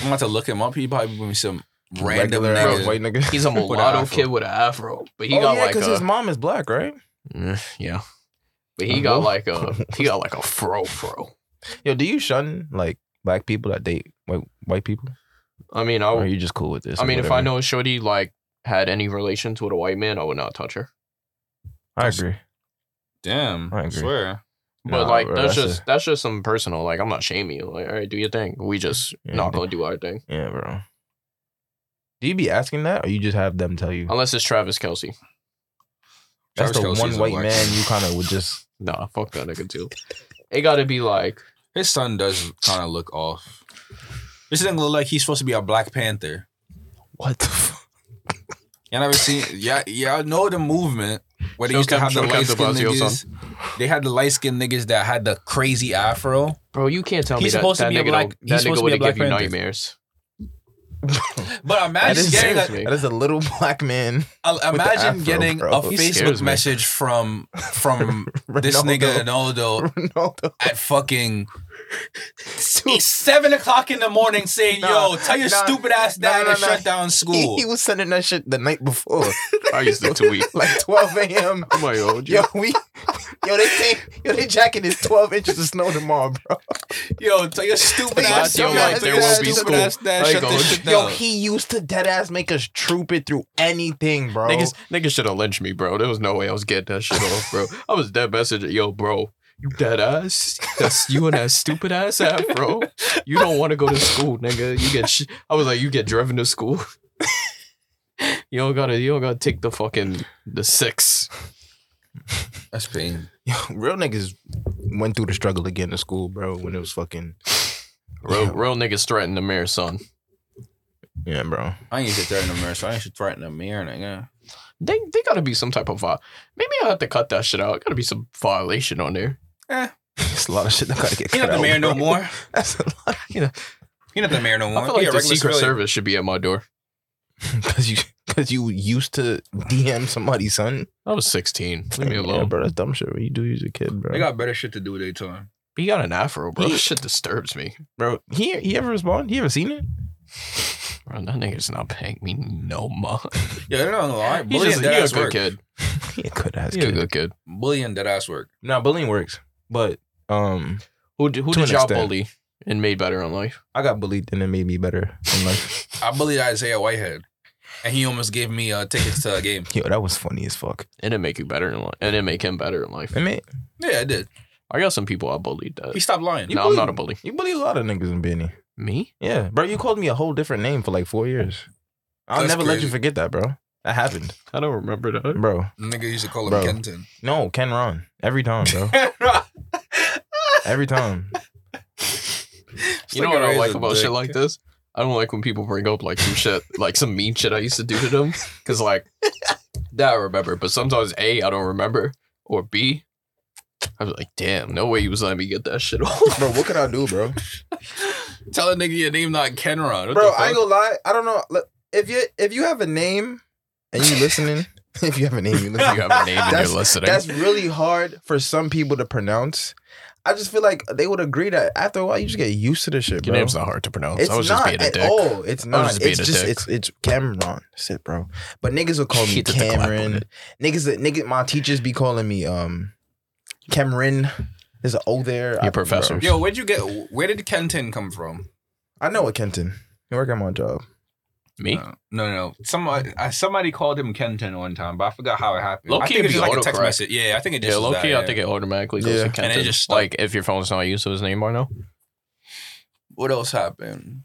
I'm about to look him up. He probably give me some random Regular ass nigga. white nigga. He's a With a mulatto afro. kid with an afro, but he oh got yeah, like because a his mom is black, right? Mm, yeah, but he got like a he got like a fro fro. Yo, do you shun like black people that date white white people? I mean, I Or are w- you just cool with this? Oh, I or mean, if whatever? I know Shorty like had any relations with a white man, I would not touch her. I agree. Damn, I I, agree. swear. But Nah, like bro, that's, a- just that's just some personal. Like I'm not shaming you. Like all right, do your thing. We just Yeah, not but- gonna do our thing yeah, bro. Do you be asking that, or you just have them tell you? unless it's Travis Kelsey. That's the Travis one Kelce's a white black- man you kind of would just. Nah, fuck that nigga too. It got to be like His son does kind of look off. This thing look like he's supposed to be a Black Panther. What the fuck? Y'all never seen? Yeah, yeah. I know the movement where they Show used to Cap- have the show Cap light De skinned Blasio's niggas. They had the light skinned niggas that had the crazy afro. bro, you can't tell me He's that supposed to that be a nigga black- don't- he's that supposed nigga to be a would give you Black Panther. nightmares. But That imagine is, getting serious, a, man. that is a little black man. Uh, With the imagine afro, getting bro. a He Facebook scares me. message from from this nigga Ronaldo Ronaldo. at fucking s- seven o'clock in the morning saying, Nah, "Yo, tell your nah, stupid ass nah, dad nah, to nah. shut down He, school." he was sending that shit the night before, I used to tweet. like 12 a.m. I'm like, oh, Yo, we, yo, they came, yo, they jacking is 12 inches of snow tomorrow, bro. Yo, tell your stupid Yo, ass yo, dad, like, tell there your will be stupid school. ass dad, I shut go, this shit Yo, down. he used to dead ass make us troop it through anything, bro. Niggas, niggas should have lynched me, bro. There was no way I was getting that shit off, bro. I was dead messaging, yo, bro. You dead ass. That's you and that stupid ass afro. You don't want to go to school, nigga. You get. Sh- I was like, you get driven to school. you don't gotta. You don't gotta take the fucking the six. That's pain. Yo, real niggas went through the struggle again to school, bro. When it was fucking, Real, Yeah. real niggas threaten the mayor, son. yeah, bro. I ain't should threaten a mirror, so I ain't should threaten a mirror, nigga. They, they gotta be some type of vi- Maybe I will have to cut that shit out. Gotta be some violation on there. It's a lot of shit that gotta get He cut not the out, mayor no bro. more. That's a lot He not the mayor no more. I feel He like a the Uh, regular Secret civilian. Service should be at my door. because you because you used to DM somebody, son. I was sixteen. Leave me Yeah, alone. bro. That's dumb shit. What you do, you's a kid, bro. They got better shit to do with their time. He got an afro, bro. He- This shit disturbs me. bro, he he ever respond? He ever seen it? Bro, that nigga's not paying me no money. Yeah, they're not gonna lie. He's Bullying just, he dead a ass good work. kid. He a good ass He a kid. good kid. Bullying dead ass work. Now bullying works, but um, Who, d- who To did an y'all extent. bully and made better in life? I got bullied and it made me better. I'm like, I bullied Isaiah Whitehead, and he almost gave me uh, tickets to a game. yo, that was funny as fuck. It didn't make you better in life. It didn't make him better in life. I mean, Yeah, I did. I got some people I bullied He that. stopped lying. No, I'm not a bully. you bully a lot of niggas in Benny. Me? Yeah, bro, you called me a whole different name for like four years. I'll That's never let you crazy. forget that, bro. That happened, I don't remember that. bro. Nigga used to call him Bro. Kenton. No, Ken Ron every time, bro. every time. You know what I like about shit like this? I don't like when people bring up like some shit, like some mean shit I used to do to them. Cause like that I remember, but sometimes A, I don't remember, or B, I was like, damn, no way you was letting me get that shit off. Bro, what could I do, bro? Tell a nigga your name not Kenron. What bro, the I ain't fuck? gonna lie. I don't know. Look, if you if you have a name and you listening, if you have a name, you you listen. have a name and That's- you're listening. That's really hard for some people to pronounce. I just feel like they would agree that after a while you just get used to this shit, bro. Your name's not hard to pronounce. it's I was not just being a at dick. all. It's not. just being it's a just dick. it's it's Cameron. Sit, bro. But niggas will call me He did the clap on Cameron. it. Niggas, nigga, my teachers be calling me um Cameron. There's an O there. I- Your professors. bro. Yo, where'd you get? Where did Kenton come from? I know a Kenton. You work at my job. Me? Uh, no, no, no. Somebody, uh, somebody called him Kenton one time, but I forgot how it happened. Low I key think it was be just like a text autocorrect. message. Yeah, I think it just. yeah, was low that, key, I yeah. think it automatically goes Yeah. to And it Kenton. just, like- like, if your phone's not used to his name right now. What else happened?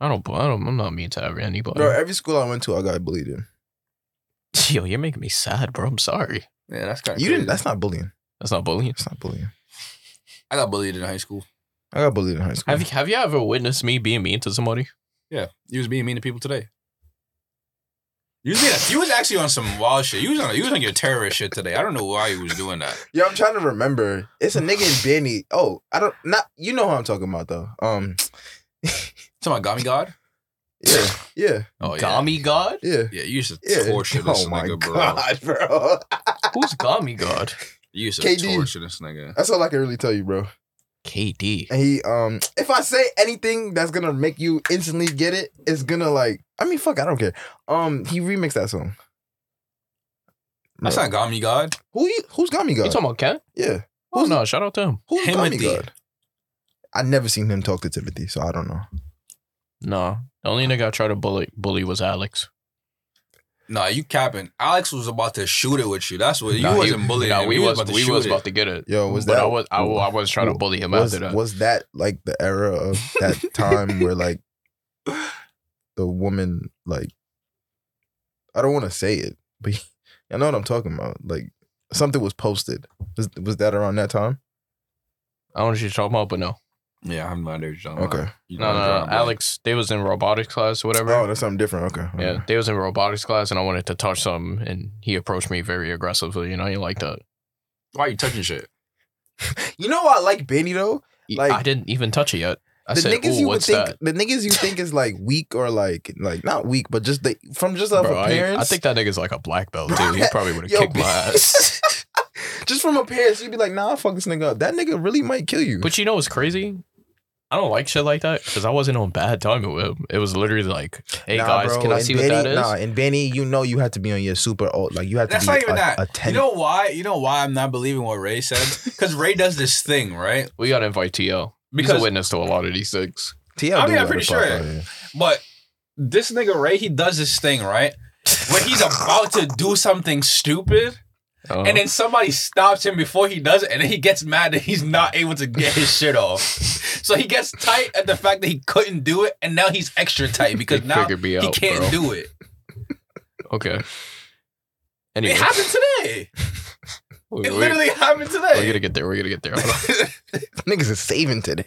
I don't. I don't. I'm not mean to every- anybody. Bro, every school I went to, I got bullied in. Yo, you're making me sad, bro. I'm sorry. Yeah, that's kind of. You didn't. That's not bullying. That's not bullying. That's not bullying. I got bullied in high school. I got bullied in high school. Have you Have you ever witnessed me being mean to somebody? Yeah, you was being mean to people today. You was, being- you was actually on some wild shit. You was on you was on your terrorist shit today. I don't know why you was doing that. Yo, I'm trying to remember. It's a nigga in Benny. Oh, I don't. Not you know who I'm talking about though. Um, Somebody got me God. yeah, yeah, Oh yeah, Gami God? yeah. yeah. You used to Yeah. torture this Oh my nigga, bro. god, bro. Who's Gami God? You used to KD. torture this nigga. That's all I can really tell you, bro. KD. And he, um, if I say anything that's gonna make you instantly get it, it's gonna like. I mean, fuck, I don't care. Um, he remixed that song. That's Bro. not got me God. Who? he- Who's got me You God? talking about Ken? yeah, Oh no! Shout out to him. who's Him got with me the- God? I never seen him talk to Timothy, so I don't know. No, the only nigga I tried to bully bully was Alex. Nah, you capping. Alex was about to shoot it with you. That's what you Nah, he- wasn't bullying. nah, him. we He was, about to we shoot was it. about to get it. Yo, was but that I was I, wa- I was trying to bully him was, after that. was that like the era of that time where like the woman like I don't want to say it, but I know what I'm talking about. Like something was posted. Was, was that around that time? I don't know what you're talking about, but no, Yeah, I'm not there. John. Okay. You no, know, no, I'm no. like- Alex, they was in robotics class or whatever. Oh, that's something different. Okay. okay. Yeah, they was in robotics class, and I wanted to touch something, and he approached me very aggressively. You know, you like that. Why you touching shit? You know what I like Benny though? Like- I didn't even touch it yet. I the said, niggas "Ooh, you would what's think that?" the niggas you think is like weak or like like not weak, but just the from just of Bro, I, appearance. I think that nigga's like a black belt Bro, dude. He probably would have Yo, kicked my ass. just from appearance, you'd be like, nah, fuck this nigga up. That nigga really might kill you. But you know what's crazy? I don't like shit like that because I wasn't on bad timing with him. It was literally like, "Hey Nah, guys, bro, can I and see Benny, what that is?" Nah, and Benny, you know you have to be on your super old. Like you have to That's be not even a, that. a You ten. know why? You know why I'm not believing what Ray said? Because Ray does this thing, right? We gotta invite TL. He's Because- a witness to a lot of these things. TL I do mean, I'm gotta pretty pop sure. out here. But this nigga Ray, he does this thing, right? When he's about to do something stupid, Uh, and then somebody stops him before he does it, and then he gets mad that he's not able to get his shit off. So he gets tight at the fact that he couldn't do it, and now he's extra tight because They now figured me he out, can't bro. do it. okay. Anyway, It happened today. we- It we- literally happened we're today. gonna get there. We're gonna get there. Hold on. niggas is saving today.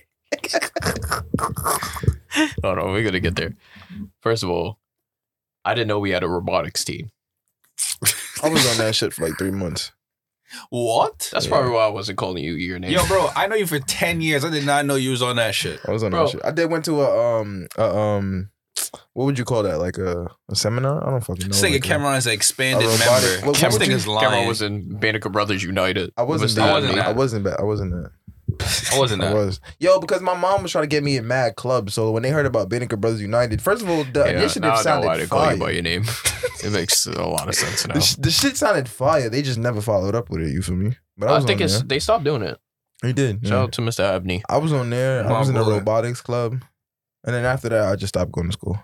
Hold on, we're gonna get there. First of all, I didn't know we had a robotics team. I was on that shit for like three months. What? That's Yeah. probably why I wasn't calling you your name. Yo, bro, I know you for 10 years. I did not know you was on that shit. I was on Bro. that shit. I did went to a um a, um what would you call that? Like a, a seminar? I don't fucking know. This nigga like a- Cameron is an expanded a robotic- member. What- This what would nigga's Cameron lying. was in Bandicoot Brothers United. I wasn't. Must that. not I I wasn't wasn't. be. that. I wasn't that. I wasn't that. I wasn't I that. was. Yo, because my mom was trying to get me a Mad Club. So when they heard about Benniker Brothers United, first of all, the Yeah, initiative now I know sounded why they call fire. you by your name. it makes a lot of sense now. The, sh- the shit sounded fire. They just never followed up with it. You feel me? But I, I was think on it's there. they stopped doing it. They did. Shout yeah. out to Mr. Abney. I was on there. My I was in the boy. robotics club, and then after that, I just stopped going to school.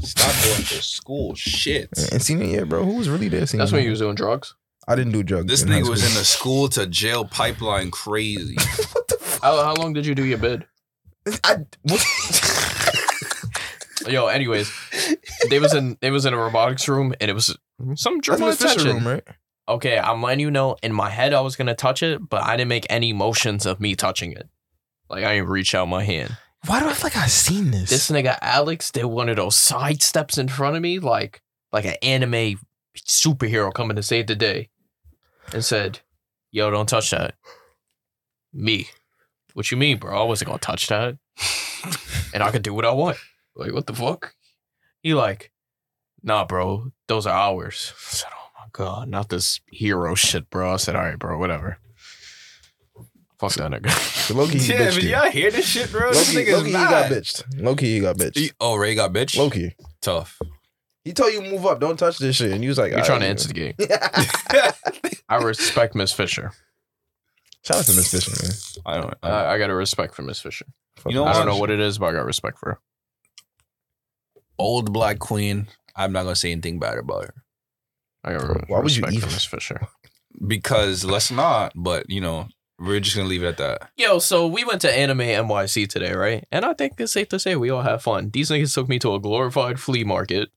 Stop going to school. Shit. And and senior year, bro, who was really there? Senior That's when year? you was doing drugs. I didn't do drugs. This high nigga was in school. the school to jail pipeline crazy. How, how long did you do your bid? I, Yo, anyways, they was in they was in a robotics room and it was some that's drama Miss Fisher attention. room, right? okay, I'm letting you know in my head I was gonna touch it, but I didn't make any motions of me touching it. Like I didn't reach out my hand. Why do I feel like I've seen this? This nigga Alex did one of those side steps in front of me, like like an anime superhero coming to save the day, and said, "Yo, don't touch that." Me, what you mean, bro? I wasn't gonna touch that, and I could do what I want. Like what the fuck? He like, nah, bro. Those are ours. I said, oh my god, not this hero shit, bro. I said, all right, bro, whatever. Fuck that nigga. The Loki, he yeah, bitched but you. y'all hear this shit, bro? This Loki, nigga's Loki, he got mad. bitched. Loki, he got bitched. He- oh, Ray got bitch? Loki, Tough. he told you move up, don't touch this shit, and you was like, You're "All trying to right, instigate. nigga." I respect Miss Fisher. Shout out to Miss Fisher, man. I don't. I, Oh. I, I got a respect for Miss Fisher. Fuck know I Miss don't know Fisher. what it is, but I got respect for her. old black queen. I'm not gonna say anything bad about her I got re- Why would you respect for even- Miss Fisher. because let's not. But you know, we're just gonna leave it at that. Yo, so we went to Anime NYC today, right? And I think it's safe to say we all had fun. These niggas took me to a glorified flea market.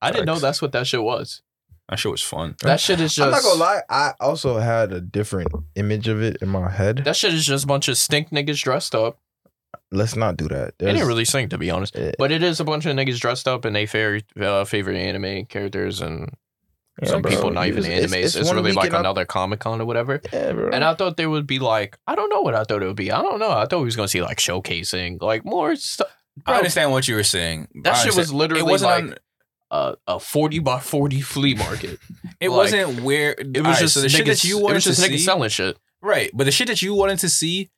I didn't know Facts. that's what that shit was. That shit was fun. That shit is just. I'm not gonna lie. I also had a different image of it in my head. That shit is just a bunch of stink niggas dressed up. Let's not do that. They didn't really stink, to be honest. Eh, But it is a bunch of niggas dressed up and they fair, uh, favorite anime characters and yeah, some bro. people not even It's- anime. it's It's, one really like weekend out- another Comic Con or whatever. Yeah, bro. And I thought there would be like, I don't know what I thought it would be. I don't know. I thought we was gonna see like showcasing, like more stuff. Bro, I understand what you were saying. That I shit was understand. literally It wasn't. like on- a, a forty by forty flea market. it like- wasn't where It was just the shit niggas- that you it wanted was just to niggas see. selling shit. Right, but the shit that you wanted to see,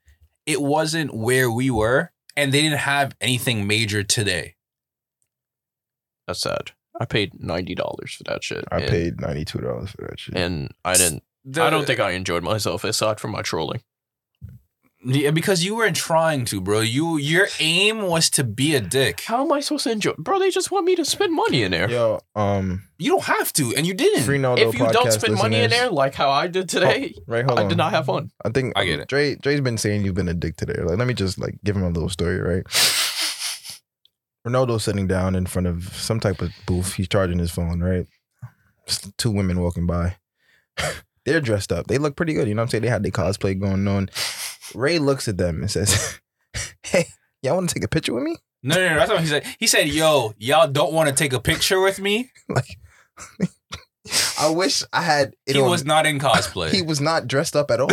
it wasn't where we were, and they didn't have anything major today. That's sad. I paid ninety dollars for that shit. I and, paid ninety two dollars for that shit. and I didn't. The- I don't think I enjoyed myself aside from my trolling. yeah, because you weren't trying to, bro. You your aim was to be a dick. How am I supposed to enjoy, bro? They just want me to spend money in there. Yo, um, You don't have to, and you didn't. free Naldo if you don't podcast spend money in listeners. there, like how I did today, right? Hold I on. did not have fun. I think I get it. Dre Dre's been saying you've been a dick today. Like, let me just like give him a little story, right? Ronaldo's sitting down in front of some type of booth. He's charging his phone, right? Just two women walking by. They're dressed up. They look pretty good. You know what I'm saying? They had their cosplay going on. Ray looks at them and says, Hey, y'all want to take a picture with me? No, no, no. That's what he said. He said, "Yo, y'all don't want to take a picture with me." Like, I wish I had it he on- was not in cosplay. he was not dressed up at all.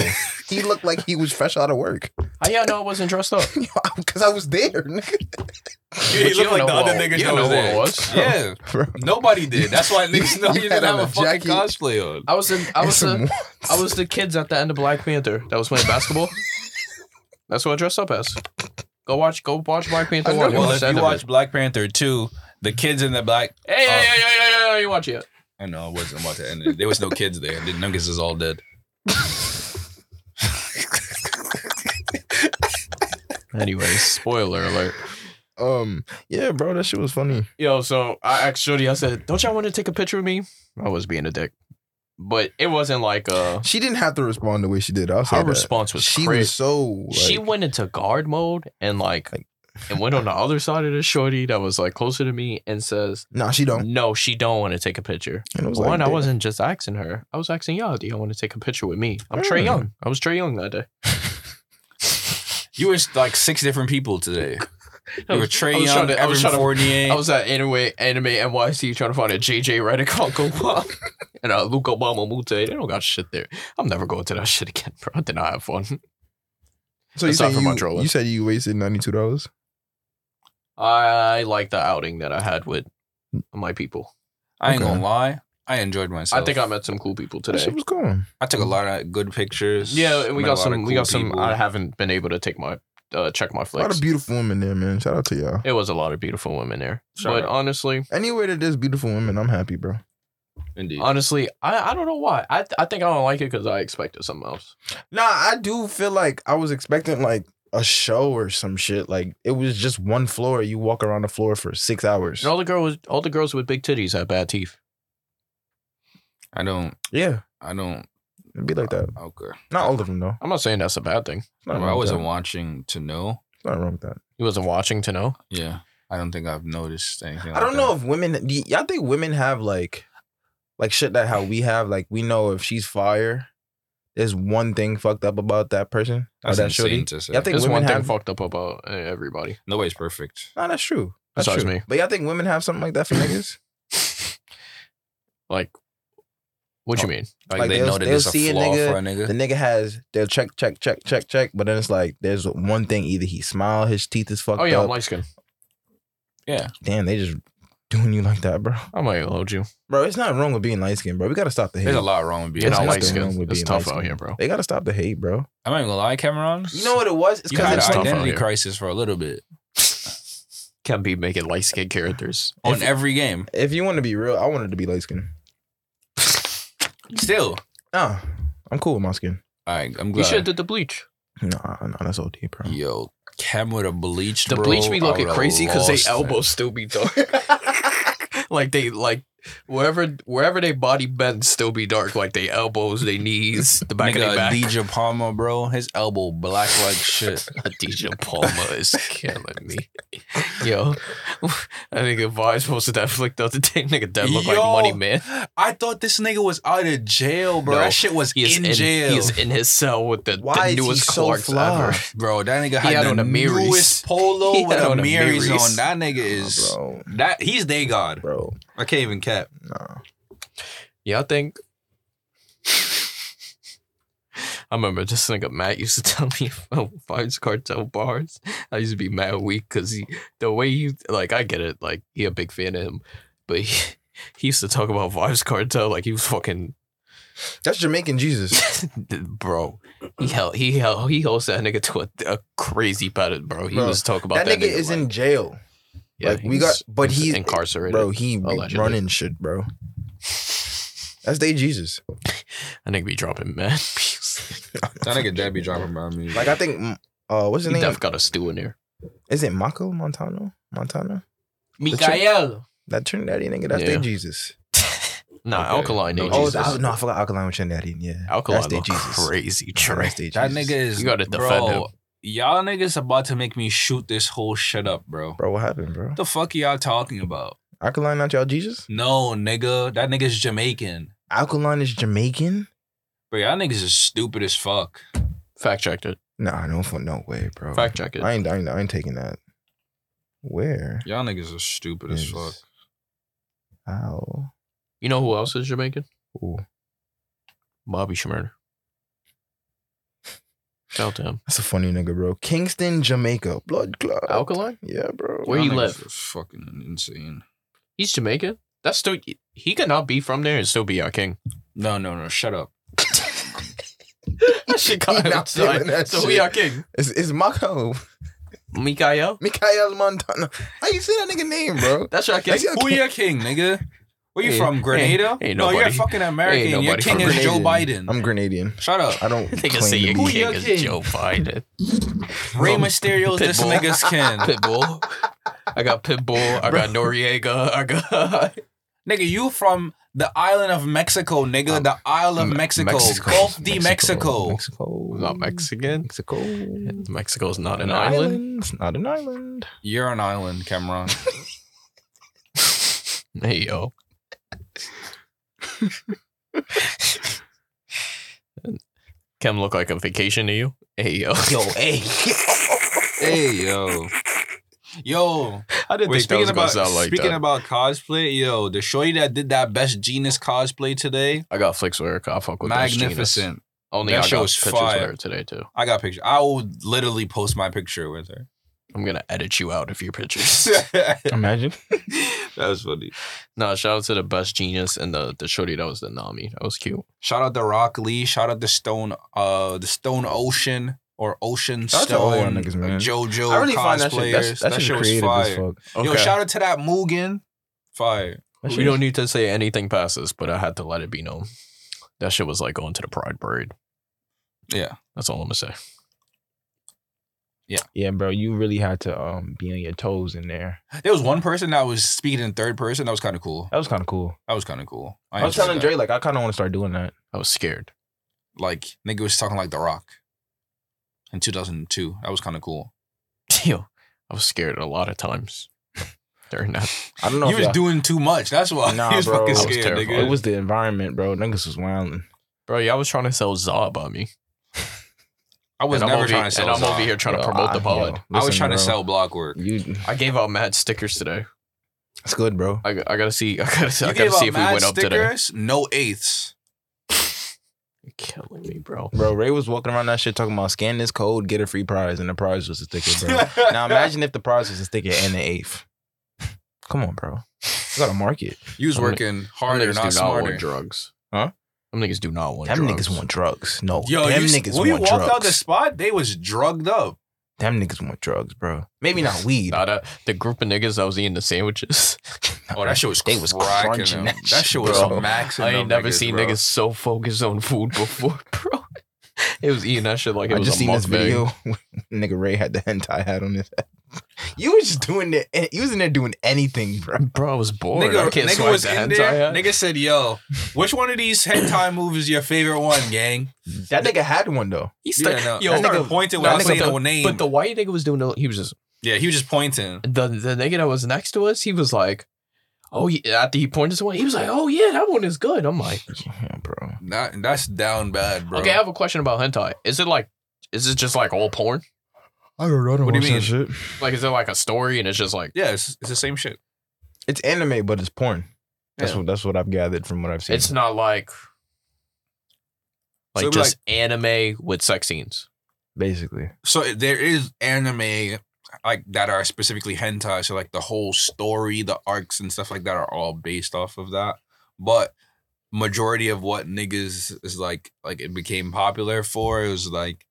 he looked like he was fresh out of work. How y'all know I wasn't dressed up? Because I was there, nigga. He But you looked don't like the know other what- you niggas that don't was know what there. it was. Yeah, nobody did. That's why niggas know You you had didn't have on a, a fucking jacket. cosplay on. I was in. I was And uh, in. some I was the kids at the end of Black Panther that was playing basketball. That's what I dressed up as. Go watch. Go watch Black Panther I know. one. Well, watch if the you end of watch it. Black Panther two, the kids in the black. Hey, uh, hey, hey, hey, hey, hey, you watch it. I know I wasn't about to end it. There was no kids there. The Nuggets is all dead. Anyways, spoiler alert. Um, yeah, bro, that shit was funny. Yo, so I asked Shorty. I said, "Don't y'all want to take a picture of me?" I was being a dick, but it wasn't like uh She didn't have to respond the way she did. I'll say her that. response was she crazy. was so like, she went into guard mode and like, Like- and went on the other side of the shorty that was like closer to me and says, nah, she don't. "No, she don't want to take a picture." And it was One, like, I damn. wasn't just asking her. I was asking y'all, do y'all want to take a picture with me? I'm Mm. Trey Young. I was Trey Young that day. You were like six different people today. I You were was- I Trey was Young, trying to- I was Evan trying to- Fournier. I was at anime, anime NYC trying to find a JJ Redick Uncle Bob and a Luke Obama Mute. They don't got shit there. I'm never going to that shit again, bro. I did not have fun. So you aside said from my you, trolling. you said you wasted ninety two dollars. I like the outing that I had with my people. I ain't Okay. gonna lie. I enjoyed myself. I think I met some cool people That today. shit was going. I took a lot of good pictures. Yeah, and we Met a got lot some. of we cool got some. uh, people. I haven't been able to take my uh, check my A lot flicks. of beautiful women there, man. Shout out to y'all. it was a lot of beautiful women there, Shout but out. honestly, Anywhere that there's beautiful women, I'm happy, bro. Indeed. Honestly, I, I don't know why. I I think I don't like it because I expected something else. Nah, I do feel like I was expecting like a show or some shit. Like it was just one floor. You walk around the floor for six hours. And all the girls, all the girls with big titties had bad teeth. I don't. Yeah, I don't. it'd be like that. Okay. Not all of them though. I'm not saying that's a bad thing. It's not wrong I with wasn't that. watching to know. It's not wrong with that. He wasn't watching to know. Yeah. I don't think I've noticed anything. I like don't know that. if women. Do y- y'all think women have like, like shit that how we have? Like we know if she's fire, there's one thing fucked up about that person or That's that insane shorty. to say. Y'all think There's women one thing have? fucked up about eh, everybody. Nobody's perfect. nah, that's true. That's Besides true. me. But y'all think women have something like that for niggas? Like, what Oh, you mean? Like, Like, they they'll- know that they'll there's a see a flaw nigga, for a nigga. The nigga has they'll check, check, check, check, check. But then it's like there's one thing. Either he smile, his teeth is fucked Oh yeah, I'm up. light skin. Damn, they just doing you like that, bro. I might hold you. Bro, it's not wrong with being light skinned, bro. We gotta stop the hate. There's a lot wrong with being. You're It's not nothing light honest. wrong skin. with It's being tough out light-skinned. here, bro. They gotta stop the hate, bro. I'm not even gonna lie, Cameron. You know what it was? It's You had because an it's tough out like, identity here. crisis for a little bit Can't be making light skin characters. on every game. if you want to be real, I wanted to be light skinned. Still, Nah, I'm cool with my skin. All right, I'm We glad. should have did the bleach. Nah, nah, that's OD, bro. Yo, Cam with a bleach. The bro, bleach be I looking would've crazy because they lost elbows still be dark. like they like wherever wherever they body bends still be dark. Like they elbows, they knees, the back of their Nigga, back. DJ Palmer, bro, his elbow black like shit. Adija Palma is killing me. Yo, I think a Vise posted that flick the other day. Nigga, that look like Yo, Money Man. I thought this nigga was out of jail, bro. No, that shit was He is in, jail, He is in his cell with the, Why the is he newest so Clarks fly? ever. bro. That nigga He had, had the on a Mary's. newest polo He with had a on a Mary's Mary's. on. That nigga is bro, that he's day god. bro, I can't even cap. nah. Yeah, I think. I remember this nigga Matt used to tell me about Vibes Cartel bars. I used to be mad weak because he, the way he, like, I get it. Like, he a big fan of him, but he, he used to talk about Vibes Cartel like he was fucking That's Jamaican Jesus. bro. He held he held he holds that nigga to a, a crazy pattern, bro. He Bro, was talking about that that, nigga is like- in jail, yeah, like, we he's- got- but he's he- incarcerated. bro. He be Allegedly. running shit, bro. That's they Jesus. That nigga be dropping mad music. That nigga dead be dropping by me. Like I think, mm, uh, what's his He name? def got a stew in there. Is it Mako Montano? Montano? Mikael. That Trinidadian nigga. That's Yeah. they Jesus. Nah, Okay. alkaline. No, No, Oh, Jesus. it's Al- no, I forgot Alkaline with Trinidadian. Yeah, alkaline. That's they look Jesus. Crazy Yeah, trick. that's they that Jesus. nigga is You gotta defend bro, Y'all niggas about to make me shoot this whole shit up, bro. Bro, what happened, bro? What the fuck are y'all talking about? Alkaline not y'all Jesus? No, nigga, that nigga's Jamaican. Alkaline is Jamaican? Bro, y'all niggas is stupid as fuck. Fact checked it. Nah, no, for no way, bro. Fact check it. I ain't, I ain't, I ain't taking that. Where? Y'all niggas are stupid as is fuck. Al- You know who else is Jamaican? Ooh, Bobby Schmurder. Shout out to him. that's a funny nigga, bro. Kingston, Jamaica, blood club. Alkaline. Yeah, bro. Where he Y'all niggas live? is Fucking insane. He's Jamaican. That's still he could not be from there and still be our king. No, no, no. Shut up. that shit got He him not outside. feeling that So shit. we are king. It's, it's Mako, Mikael. Mikael Montano. How you say that nigga name, bro? That's your king. That's your Who king. your king, nigga? Where you Ain't- from, Grenada? ain't- ain't no, you're nobody- fucking American. ain't Your nobody king from is Joe Grenadian. Biden. I'm Grenadian. Shut up. I don't They can claim say to your be. Who king your is king? Joe Biden. Ray Mysterio's this Pitbull. nigga's kin. Pitbull. I got Pitbull. I got Noriega. I got Nigga, you from the island of Mexico, nigga. Um, the Isle of Me- Mexico. Mexico. Gulf de Mexico. Mexico. I'm not Mexican. Mexico. Mexico's not an island. It's not an island. You're an island, Cameron. Hey yo. Can look like a vacation to you? Hey yo. Yo, hey. hey, yo. Yo, I didn't we're think that was speaking gonna about sound like speaking that. about cosplay. Yo, the shorty that did that best genius cosplay today, I got flicks with her. I fuck with those Oh, genius. magnificent. Only That I shit got was pictures fire. with her today too. I got picture. I will literally post my picture with her. I'm gonna edit you out of your pictures. that Imagine. was funny. No, shout out to the best genius and the the shorty that was the Nami. That was cute. Shout out to Rock Lee. Shout out to Stone, uh, the Stone Ocean or Ocean Shout out to all y'all Stone. niggas, man. JoJo I really find that shit. That's, cosplayers. that, shit was creative as fire. fuck. Yo, shout out to that Mugen. Fire. That shit we is- don't need to say anything past this, but I had to let it be known. That shit was like going to the Pride Parade. Yeah. That's all I'm gonna say. Yeah, bro, you really had to um be on your toes in there. There was one person that was speaking in third person. That was kind of cool. That was kind of cool. That was kind of cool. I, was enjoyed telling that. Dre like I kind of want to start doing that. I was scared. like nigga was talking like The Rock in 2002. That was kind of cool. Yo, I was scared a lot of times during that. I don't know. he if was y'all- doing too much. That's why Nah, he was bro. fucking I was scared, terrified. nigga. It was the environment, bro. Niggas was wilding. Bro, y'all was trying to sell Zob on me. I was and I'm never over, trying to sell. and I'm over Zod. here trying to promote the pod. I was trying to sell block work. You, I gave out mad stickers today. it's good, bro. I, I gotta see. I gotta, see- I You gotta gave see out if we mad went up today. stickers, no eighths. You're killing me, bro. Bro, Ray was walking around that shit talking about scan this code, get a free prize, and the prize was a sticker, bro. now imagine if the prize was a sticker and an eighth. Come on, bro. You gotta market. you was Them working Them harder, niggas not do not smarter. want drugs. Huh? Them niggas do not want Them drugs. niggas want drugs. No, Yo, them you, niggas when we want walked drugs. out the spot, they was drugged up. Them niggas want drugs, bro. Maybe not weed. Nah, that- the group of niggas that was eating the sandwiches. Oh, that shit was They was cracking crunching up. that That shit was bro. maxing. I ain't up never seen bro. niggas so focused on food before, bro. It was eating that shit like it I was just a seen this mukbang. video. Nigga Ray had the hentai hat on his head. You was just doing it. eh, You was in there doing anything, bro. Bro, I was bored. I Nigga, can't nigga swipe was the in hentai there. app. Nigga said, "Yo, which one of these hentai movies is your favorite one, gang?" That nigga had one though. He Yeah, started, no, yo, that no, nigga pointed without but saying the- no name. But the white nigga was doing. The, he was just yeah, he was just pointing. the the nigga that was next to us. He was like, "Oh, yeah," after he pointed to one, he was like, "Oh yeah, that one is good." I'm like, Yeah, bro. That, that's down bad, bro. "Okay, I have a question about hentai. Is it like, is it just like all porn? I don't know. What do you mean? Like, is it like a story and it's just like Yeah, it's, it's the same shit. It's anime, but it's porn. That's Yeah. what that's what I've gathered from what I've seen. it's not like like it'd be just anime with sex scenes? basically So there is anime like that are specifically hentai. So like the whole story, the arcs and stuff like that are all based off of that. But majority of what niggas is like like it became popular for is like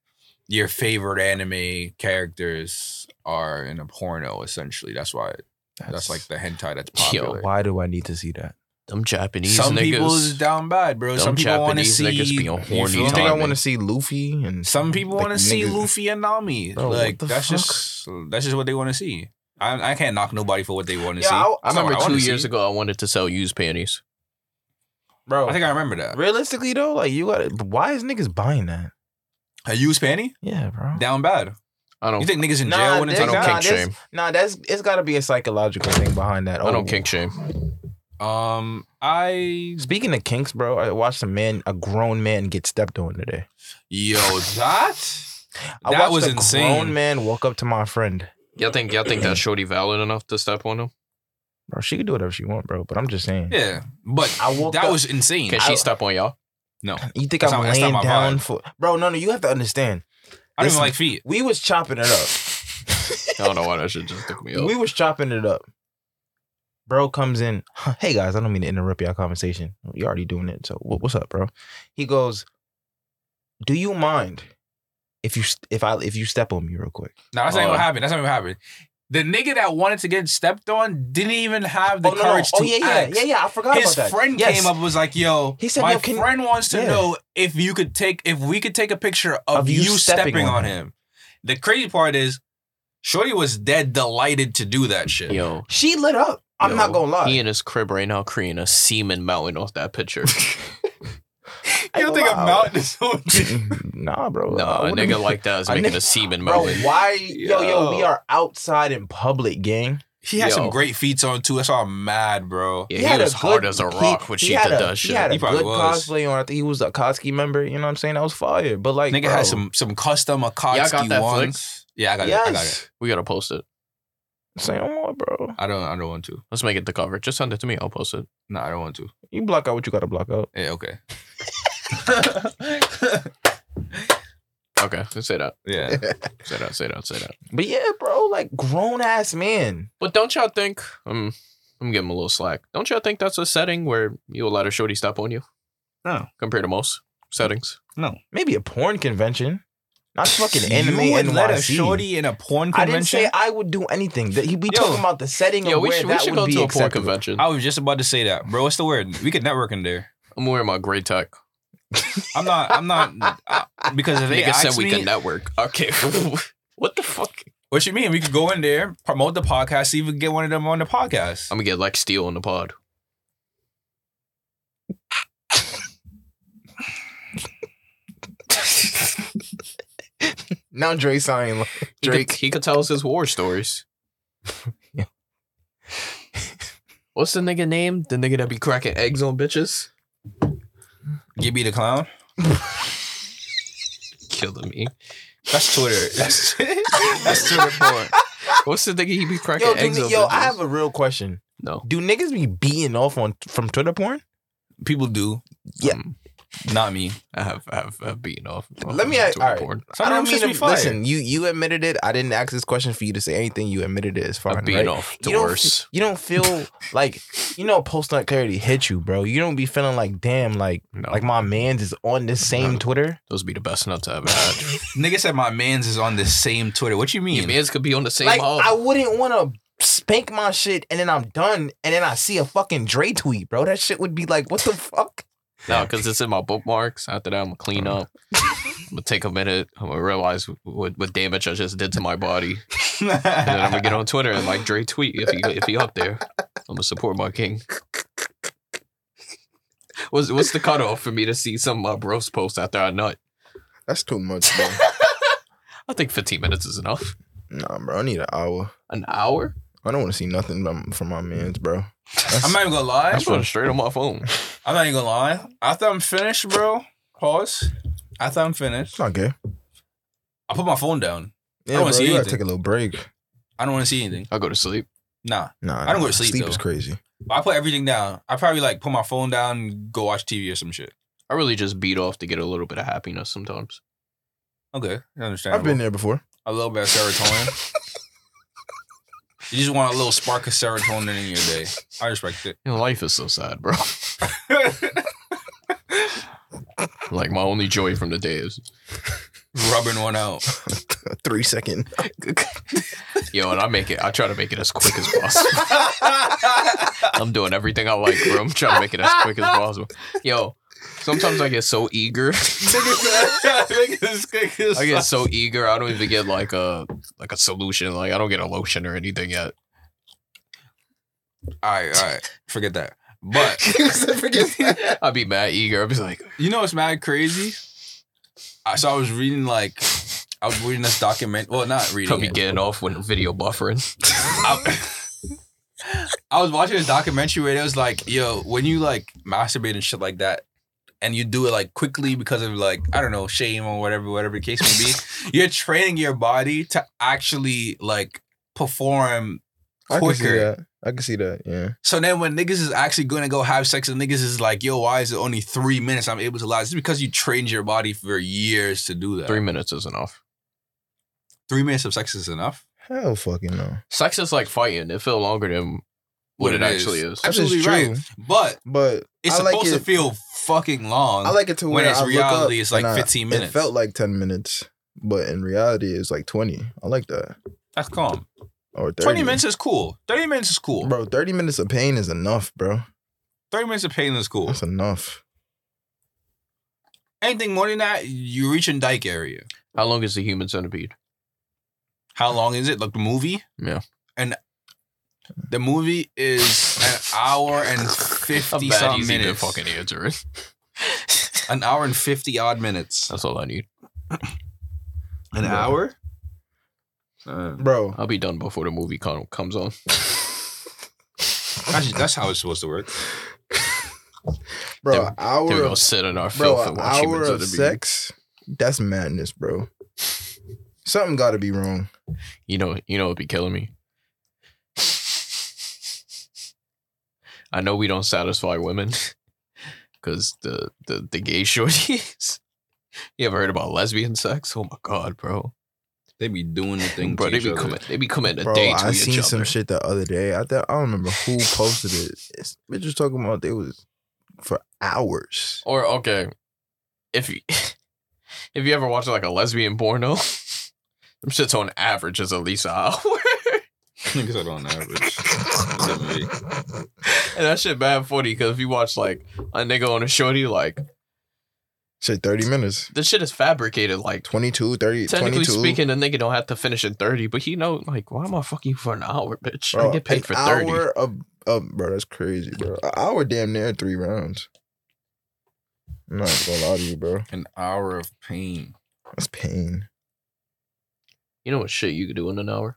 your favorite anime characters are in a porno essentially. That's why that's, like the hentai that's Yo, popular. Why do I need to see that? Them Japanese Some people is niggas. down bad, bro. them Some people want to Japanese see. niggas be on you horny feel You me? think I timing. want to see Luffy and Some people Like, want to see niggas- Luffy and Nami. Bro, what like the that's fuck? just that's just what they want to see. I, I can't knock nobody for what they want to Yeah, see. I- I That's not remember what two wanna years see. ago, I wanted to sell used panties. bro? I think I remember that. realistically though, like you got to Why is niggas buying that? A used panty Yeah, bro. down bad. I don't. You think niggas in Nah, jail wouldn't they- take I don't that? kink this- shame. Nah, that's it's got to be a psychological thing behind that. I Oh, don't kink shame. Um, I Speaking of kinks, bro, I watched a man, a grown man, get stepped on today. yo that I that watched was a insane. grown man walk up to my friend. Y'all think y'all think that shorty valid enough to step on him? Bro, she could do whatever she want, bro. But I'm just saying. Yeah, but I woke that up- was insane. Can I, she step on y'all? no, You think That's I'm not- that's not laying my down vibe. for, bro? No, no. You have to understand. I don't Listen. even like feet. We was chopping it up. I don't know why that shit just took me up. We was chopping it up. Bro comes in. Hey guys, I don't mean to interrupt y'all conversation. You already doing it. So wh- what's up, bro? He goes, "Do you mind if you st- if I if you step on me real quick?" No, that's Oh. not even Uh, what happened. That's not even what happened. The nigga that wanted to get stepped on didn't even have the oh, no, no. courage oh to yeah, yeah, ask. yeah, yeah. I forgot his about that. friend Yes. came up and was like, "Yo, He said, my "Yo, can- friend wants to Yeah. know if you could take if we could take a picture of, you, stepping, on him." The crazy part is, Shorty was dead delighted to do that shit. Yo, She lit up. I'm yo, not gonna lie. He in his crib right now creating a semen mountain off that picture. You don't think Wow. I'm mounting this one? nah, bro. nah, I a wouldn't- nigga like that is I making nigga- a semen bro. mountain. Why, yo, yo, Yo. we are outside in public, gang. He had some Yo. great feats on too. That's all I'm mad, bro. Yeah, had he, a was hard good- as a he- rock when he she had did a- that He shit. had a He probably good was. cosplay on. I think he was a Koski member. You know what I'm saying? That was fire. But like, Nigga bro, had some some custom Y'all got Akatsuki that ones. Yeah, I got it. I got it. Yes. we gotta post it. Say no more, bro. I don't. I don't want to. Let's make it the cover. Just send it to me. I'll post it. No, I don't want to. You block out what you gotta block out. Yeah, okay. Okay, say that. Yeah. Say that. Say that. Say that. But yeah, bro, like grown ass man. But don't y'all think? Um, I'm giving him a little slack. Don't y'all think that's a setting where you let a shorty step on you? No. Compared to most settings, Maybe a porn convention. Not fucking anime you would NYC. let a shorty in a porn I didn't convention. say I would do anything. That he we Yo. talking about the setting yo, of we where should, we that should would go be to a porn acceptable. convention. I was just about to say that, bro. What's the word? We could network in there. I'm wearing my gray tech. I'm not. I'm not uh, because if they Nigga said ask we me, can network. Okay, what the fuck? what you mean? We could go in there, promote the podcast, see if we can get one of them on the podcast. I'm gonna get Lex Steele on the pod. Now Dre signing like, He could- Drake. he could tell us his war stories. What's the nigga name? The nigga that be cracking eggs on bitches? Gibby the clown. Killing me. That's Twitter. That's, that's Twitter porn. What's the nigga he be cracking Yo, do eggs ni- on yo, bitches? I have a real question. no. Do niggas be beating off on from Twitter porn? People do. Yeah. Um, Not me. I have I have, I have beaten off. Let me- Twitter alright. porn. Some of them shits be fire. listen. You you admitted it. I didn't ask this question for you to say anything. You admitted it. It's fine. I've beaten right? off You to don't worse. You don't feel like you know post nut clarity hit you, bro. You don't be feeling like damn, like No. like my man's is on this same No. Twitter. Those be the best nuts I ever had. Nigga said my man's is on the same Twitter. What you Your mean? mans could be on the same like hub. I wouldn't want to spank my shit and then I'm done and then I see a fucking Dre tweet, bro. That shit would be like, what the fuck? no, because it's in my bookmarks. After that, I'm gonna clean up. gonna take a minute. I'm gonna realize what, what damage I just did to my body, and then I'm gonna get on Twitter and like Dre tweet if he if he up there. I'm gonna support my king. What's what's the cutoff for me to see some uh, bros post after I nut? That's too much, bro. I think 15 minutes is enough. nah, bro. I need an hour. An hour? I don't want to see nothing from, from my man's, bro. I'm not even gonna lie. I'm going straight on my phone. I'm not even gonna lie. After I'm finished, bro, pause. After I'm It's finished, not gay. I put my phone down. Yeah, wanna bro, see you gotta anything. take a little break. I don't want to see anything. I go to sleep. Nah, Nah, I don't nah, go to sleep, Sleep though. is crazy. I put everything down. I probably like put my phone down, and go watch TV or some shit. I really just beat off to get a little bit of happiness sometimes. Okay, I understand. I've been there before. a little bit of serotonin. you just want a little spark of serotonin in your day. I respect it. You know, life is so sad, bro. like my only joy from the day is Rubbing one out. Three second. yo, and I make it. I try to make it as quick as possible. I'm doing everything I like, bro. I'm trying to make it as quick as possible. Yo, sometimes I get so eager. I get so eager. I don't even get like a like a solution. Like I don't get a lotion or anything yet. all right, all right. Forget that. But I'd be mad eager. I'd be like, you know what's mad crazy? I, so I was reading like I was reading this document. Well, not I'll reading. be It. getting off when video buffering. I was watching this documentary where it was like, yo, when you like masturbate and shit like that, and you do it like quickly because of like I don't know shame or whatever, whatever the case may be, you're training your body to actually like perform I can see quicker. that. I can see that. Yeah. So then when niggas is actually gonna go have sex and niggas is like, yo, why is it only three minutes I'm able to last? It's because you trained your body for years to do that. Three minutes is enough. Three minutes of sex is enough. Hell fucking no. Sex is like fighting. It feel longer than what, What it it actually is. That is Absolutely right. true. But But it's I supposed like to it. feel fucking long. I like it to when where it's I look up reality, it's like and I- 15 minutes. It felt like ten minutes, but in reality, it's like twenty. I like that. That's calm. Or 30. 20 minutes is cool. 30 minutes is cool. bro. Thirty minutes of pain is enough, bro. 30 minutes of pain is cool. That's enough. Anything more than that, you reach in dyke area. How long is the human centipede? How long is it? Like the movie? Yeah. And the movie is an hour and 50 bad some easy to minutes. fucking answer. it. An hour and 50 odd minutes. That's all I need. An hour? Bro, I'll be done before the movie con- comes on. That's, that's how it's supposed to work. bro, There- an hour, Then we gonna of, sit in our bro, filth and an watch hour human of centipede. sex. That's madness, bro. Something got to be wrong. You know, you know, it'd be killing me. I know we don't satisfy women because the, the the gay shorties. You ever heard about lesbian sex? Oh my god, bro! They be doing the thing. bro, to they each be other. coming, they be coming to Bro, dates I with each seen some other. shit the other day. I thought I don't remember who posted it. It's, bitch was talking about they was for hours. Or okay, if you if you ever watch like a lesbian porno, them shits on average is at least an hour, Niggas are on average. Look at me. and that shit bad forty because if you watch like a nigga on a shorty, like Shit, 30 minutes. this shit is fabricated. Like 22, 30, Technically 22. speaking, the nigga don't have to finish in 30, but he know, like, why am I fucking you for an hour, bitch? bro, I get an paid for 30. Hour of, of, bro, that's crazy, bro. An hour damn near three rounds. I'm not gonna lie to you, bro. An hour of pain. That's pain. You know what shit you could do in an hour?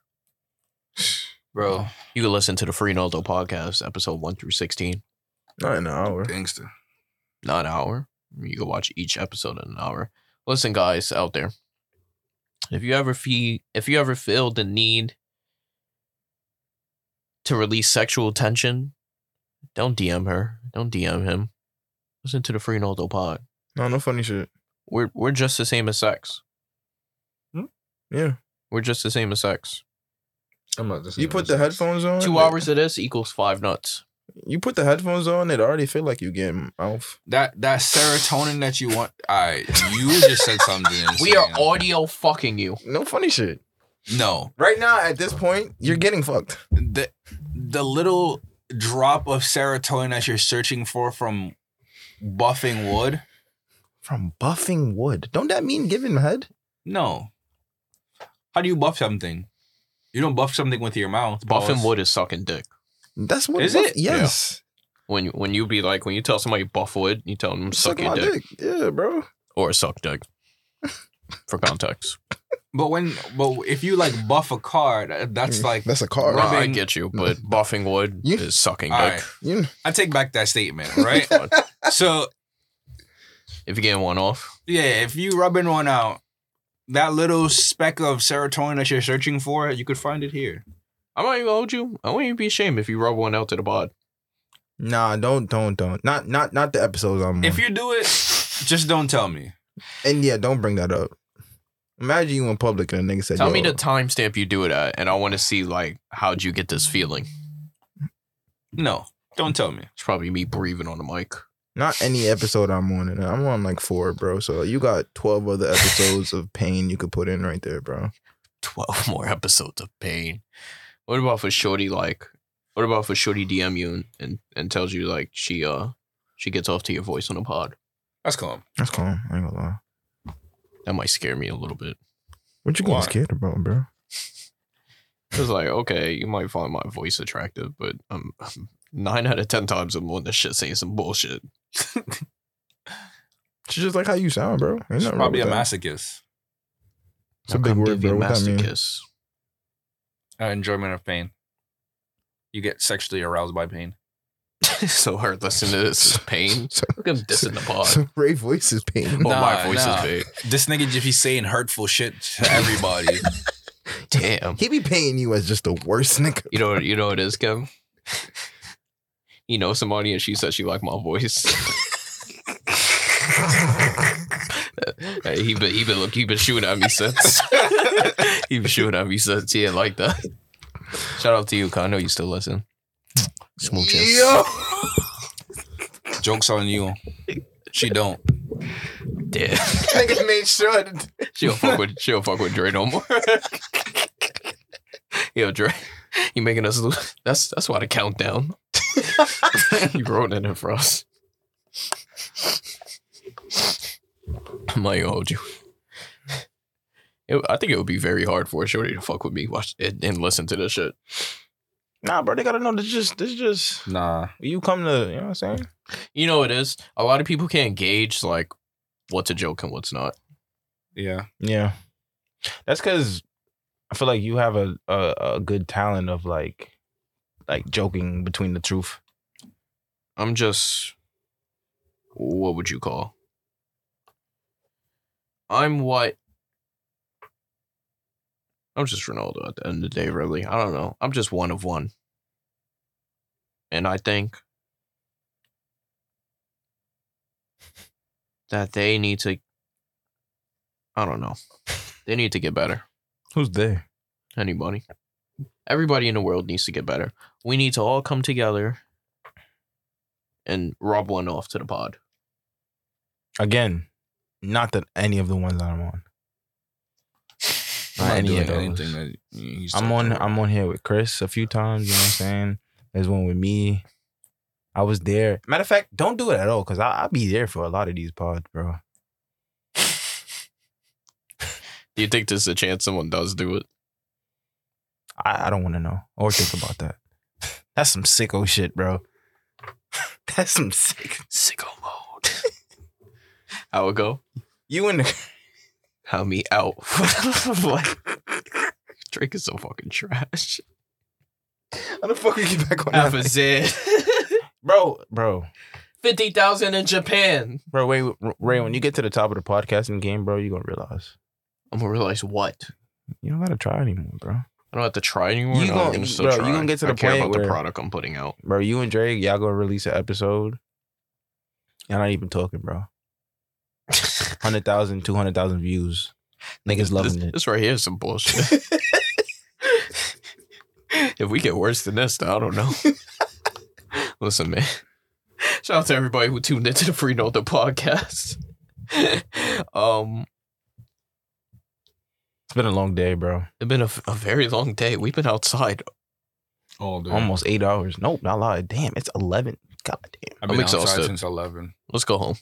Bro, You could listen to the Free Naldo podcast, episode 1 through 16. Not an hour. gangster. Not an hour. You could watch each episode in an hour. Listen, guys out there. If you ever fee if you ever feel the need to release sexual tension, don't DM her. Don't DM him. Listen to the Free Naldo pod. No, no funny shit. We're we're just the same as sex. Yeah. We're just the same as sex. I'm not just You put the headphones on. Two it- hours of this equals five nuts. You put the headphones on, it already feel like you getting mouth. That that serotonin that you want. All right, you just said something. We are insane. audio fucking you. No funny shit. no Right now, at this point, you're getting fucked. the the little drop of serotonin that you're searching for from buffing wood From buffing wood. Don't that mean giving head? No. How do you buff something? You don't buff something with your mouth. Buffing boss. wood is sucking dick. That's what Is buff- it? Yes. When you, when you be like when you tell somebody buff wood, you tell them suck, Suck your my dick. dick. Yeah, bro. or suck dick. For context, But when, but if you like buff a car, that- that's Mm, like that's a Nah, card. I Rubbing- get you, but buffing wood You- is sucking All dick. You I take back that statement, right? so If you're getting one off, yeah, if you rubbing one out, that little speck of serotonin that you're searching for, you could find it here. I might even hold you. I wouldn't even be ashamed if you rub one out to the bod. Nah, don't, don't, don't. Not, not, not the episodes I'm. Mm. If on. you do it, just don't tell me. and yeah, don't bring that up. Imagine you in public and a nigga said, Tell Yo, me the timestamp you do it at, and I want to see like how'd you get this feeling. No, don't tell me. It's probably me breathing on the mic. not any episode I'm on, and I'm on like four, bro. So you got twelve other episodes of pain you could put in right there, bro. Twelve more episodes of pain. What about for Shorty? Like, what about for Shorty DM you and, and, and tells you like she uh she gets off to your voice on the pod? That's calm. That's cool. I ain't gonna lie. That might scare me a little bit. What you Why? getting scared about, bro? It's like, okay, you might find my voice attractive, but um, nine out of ten times I'm on this shit saying some bullshit. It's just like how you sound, bro. Ain't It's nothing wrong probably with a that. masochist. It's a Now big come word, give you bro. What that master mean? kiss. Uh, enjoyment of pain. You get sexually aroused by pain. so her listening to this is pain. So- Look at him dissing the pod. So Ray voice is pain. oh, my Nah, voice nah. is big. This nigga just be saying hurtful shit to everybody. Damn. He be paying you as just the worst nigga. You know, you know what it is, Kev? You know somebody and she said she liked my voice. hey, he been he been look he been shooting at me since. he been shooting at me since. Yeah, like that. Shout out to you, Con. I know you still listen. Smooches. Jokes on you. She don't. Damn. Nigga made sure. She don't fuck with she don't fuck with Dre no more. Yo, Dre, you making us lose. That's that's why the countdown. you wrote it in for us. I'm not gonna hold you. It- I think it would be very hard for a shorty to fuck with me, watch and, and listen to this shit. Nah, bro, they gotta know this just this just Nah. you come to you know what I'm saying? You know it is. A lot of people can't gauge like what's a joke and what's not. Yeah. Yeah. That's cause I feel like you have a, a a good talent of like like joking between the truth. I'm just what would you call? I'm what I'm just Ronaldo at the end of the day, really. I don't know. I'm just one of one. And I think that they need to I don't know. They need to get better. Who's there? Anybody. Everybody in the world needs to get better. We need to all come together and rob one off to the pod. Again, not that any of the ones that I'm on. I'm Not not any doing of those. anything that he's I'm talking on about. I'm on here with Chris a few times, you know what I'm saying? There's one with me. I was there. Matter of fact, don't do it at all, cause I will be there for a lot of these pods, bro. Do you think there's a chance someone does do it? I, I don't want to know or think about that. That's some sicko shit, bro. That's some sick. Sicko mode. How it go? You in the How me out. What? Drake is so fucking trash. How the fuck we get back on Half that? a zit. bro, bro, 50,000 in Japan. bro. Wait, R- Ray. When you get to the top of the podcasting game, bro, you gonna realize I'm gonna realize what? you don't gotta try anymore, bro. I don't have to try anymore. You No, gon- I'm still bro, you trying. gonna get to I the care point about the where- product I'm putting out. Bro, you and Drake, y'all gonna release an episode. Y'all not even talking, bro. 100,000, 200,000 views. Niggas loving this, it. This right here is some bullshit. if we get worse than this, I don't know. Listen, man. Shout out to everybody who tuned into the Free Note the podcast. um, It's been a long day, bro. it's been a, a very long day. We've been outside. all day. Almost eight hours. Nope, not lied. Damn, it's 11. God damn. I've I'm been outside exhausted. since eleven. Let's go home.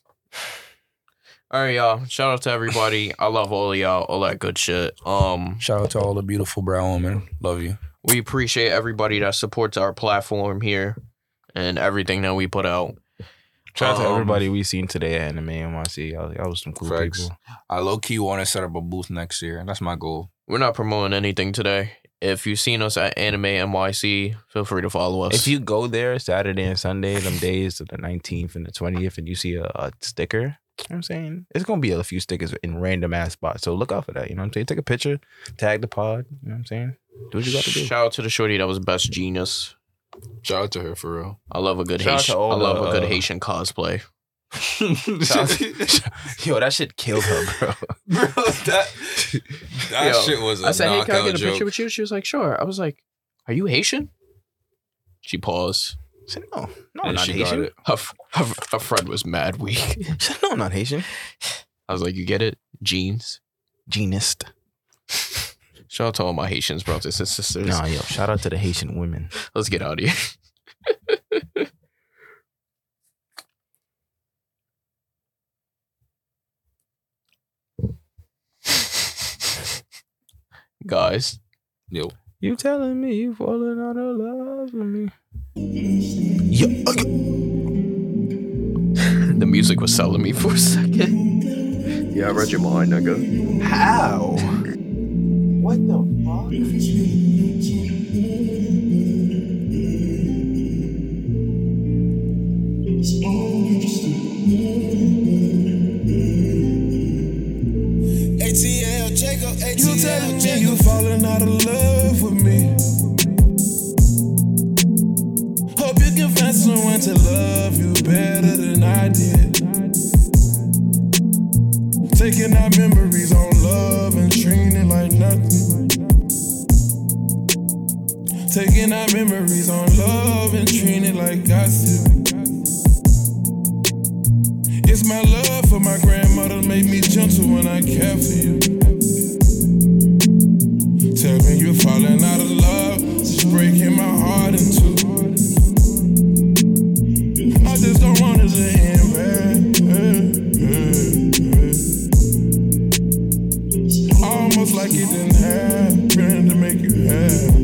All right, y'all. Shout out to everybody. I love all of y'all. All that good shit. Um, Shout out to all the beautiful brown women. Love you. we appreciate everybody that supports our platform here and everything that we put out. Shout out to Um, everybody we seen today at Anime NYC. Y'all, y'all was some cool Facts. people. I low key want to set up a booth next year, and that's my goal. We're not promoting anything today. If you've seen us at Anime NYC, feel free to follow us. If you go there Saturday and Sunday, them days of the 19th and the 20th, and you see a, a sticker, you know what I'm saying? It's going to be a few stickers in random ass spots. So look out for that. You know what I'm saying? Take a picture, tag the pod. You know what I'm saying? Do what you got to do. Shout out to the shorty that was best genius. Shout out to her for real. I love a good Shout out Haitian. to I all love the, a good uh, Haitian cosplay. Yo, that shit killed her, bro. Bro, that that Yo, shit was a I said, "Hey, knockout can I get a joke. picture with you?" She was like, "Sure." I was like, "Are you Haitian?" She paused. I said, no, no, I'm And not she got Haitian. it. Her, f- her, f- her friend was mad weak. I said, no, I'm not Haitian. I was like, "You get it, jeans." Genist. Shout out to all my Haitians, brothers and sisters. Nah, yo, shout out to the Haitian women. Let's get out of here. Guys, Yo, You telling me you falling out of love with me? Yo, okay. the music was selling me for a second. Yeah, I read your mind, nigga. how? What the fuck? ATL Jacob, ATL You telling me you falling out of love with me. Hope you can find someone to love you better than I did. Taking our memories on love and treating it like nothing. Taking our memories on love and treating it like gossip. It's my love for my grandmother made me gentle when I care for you. Tell me you're falling out of love, she's breaking my heart in two. I just don't want it to end bad. Almost like it didn't happen to make you happy.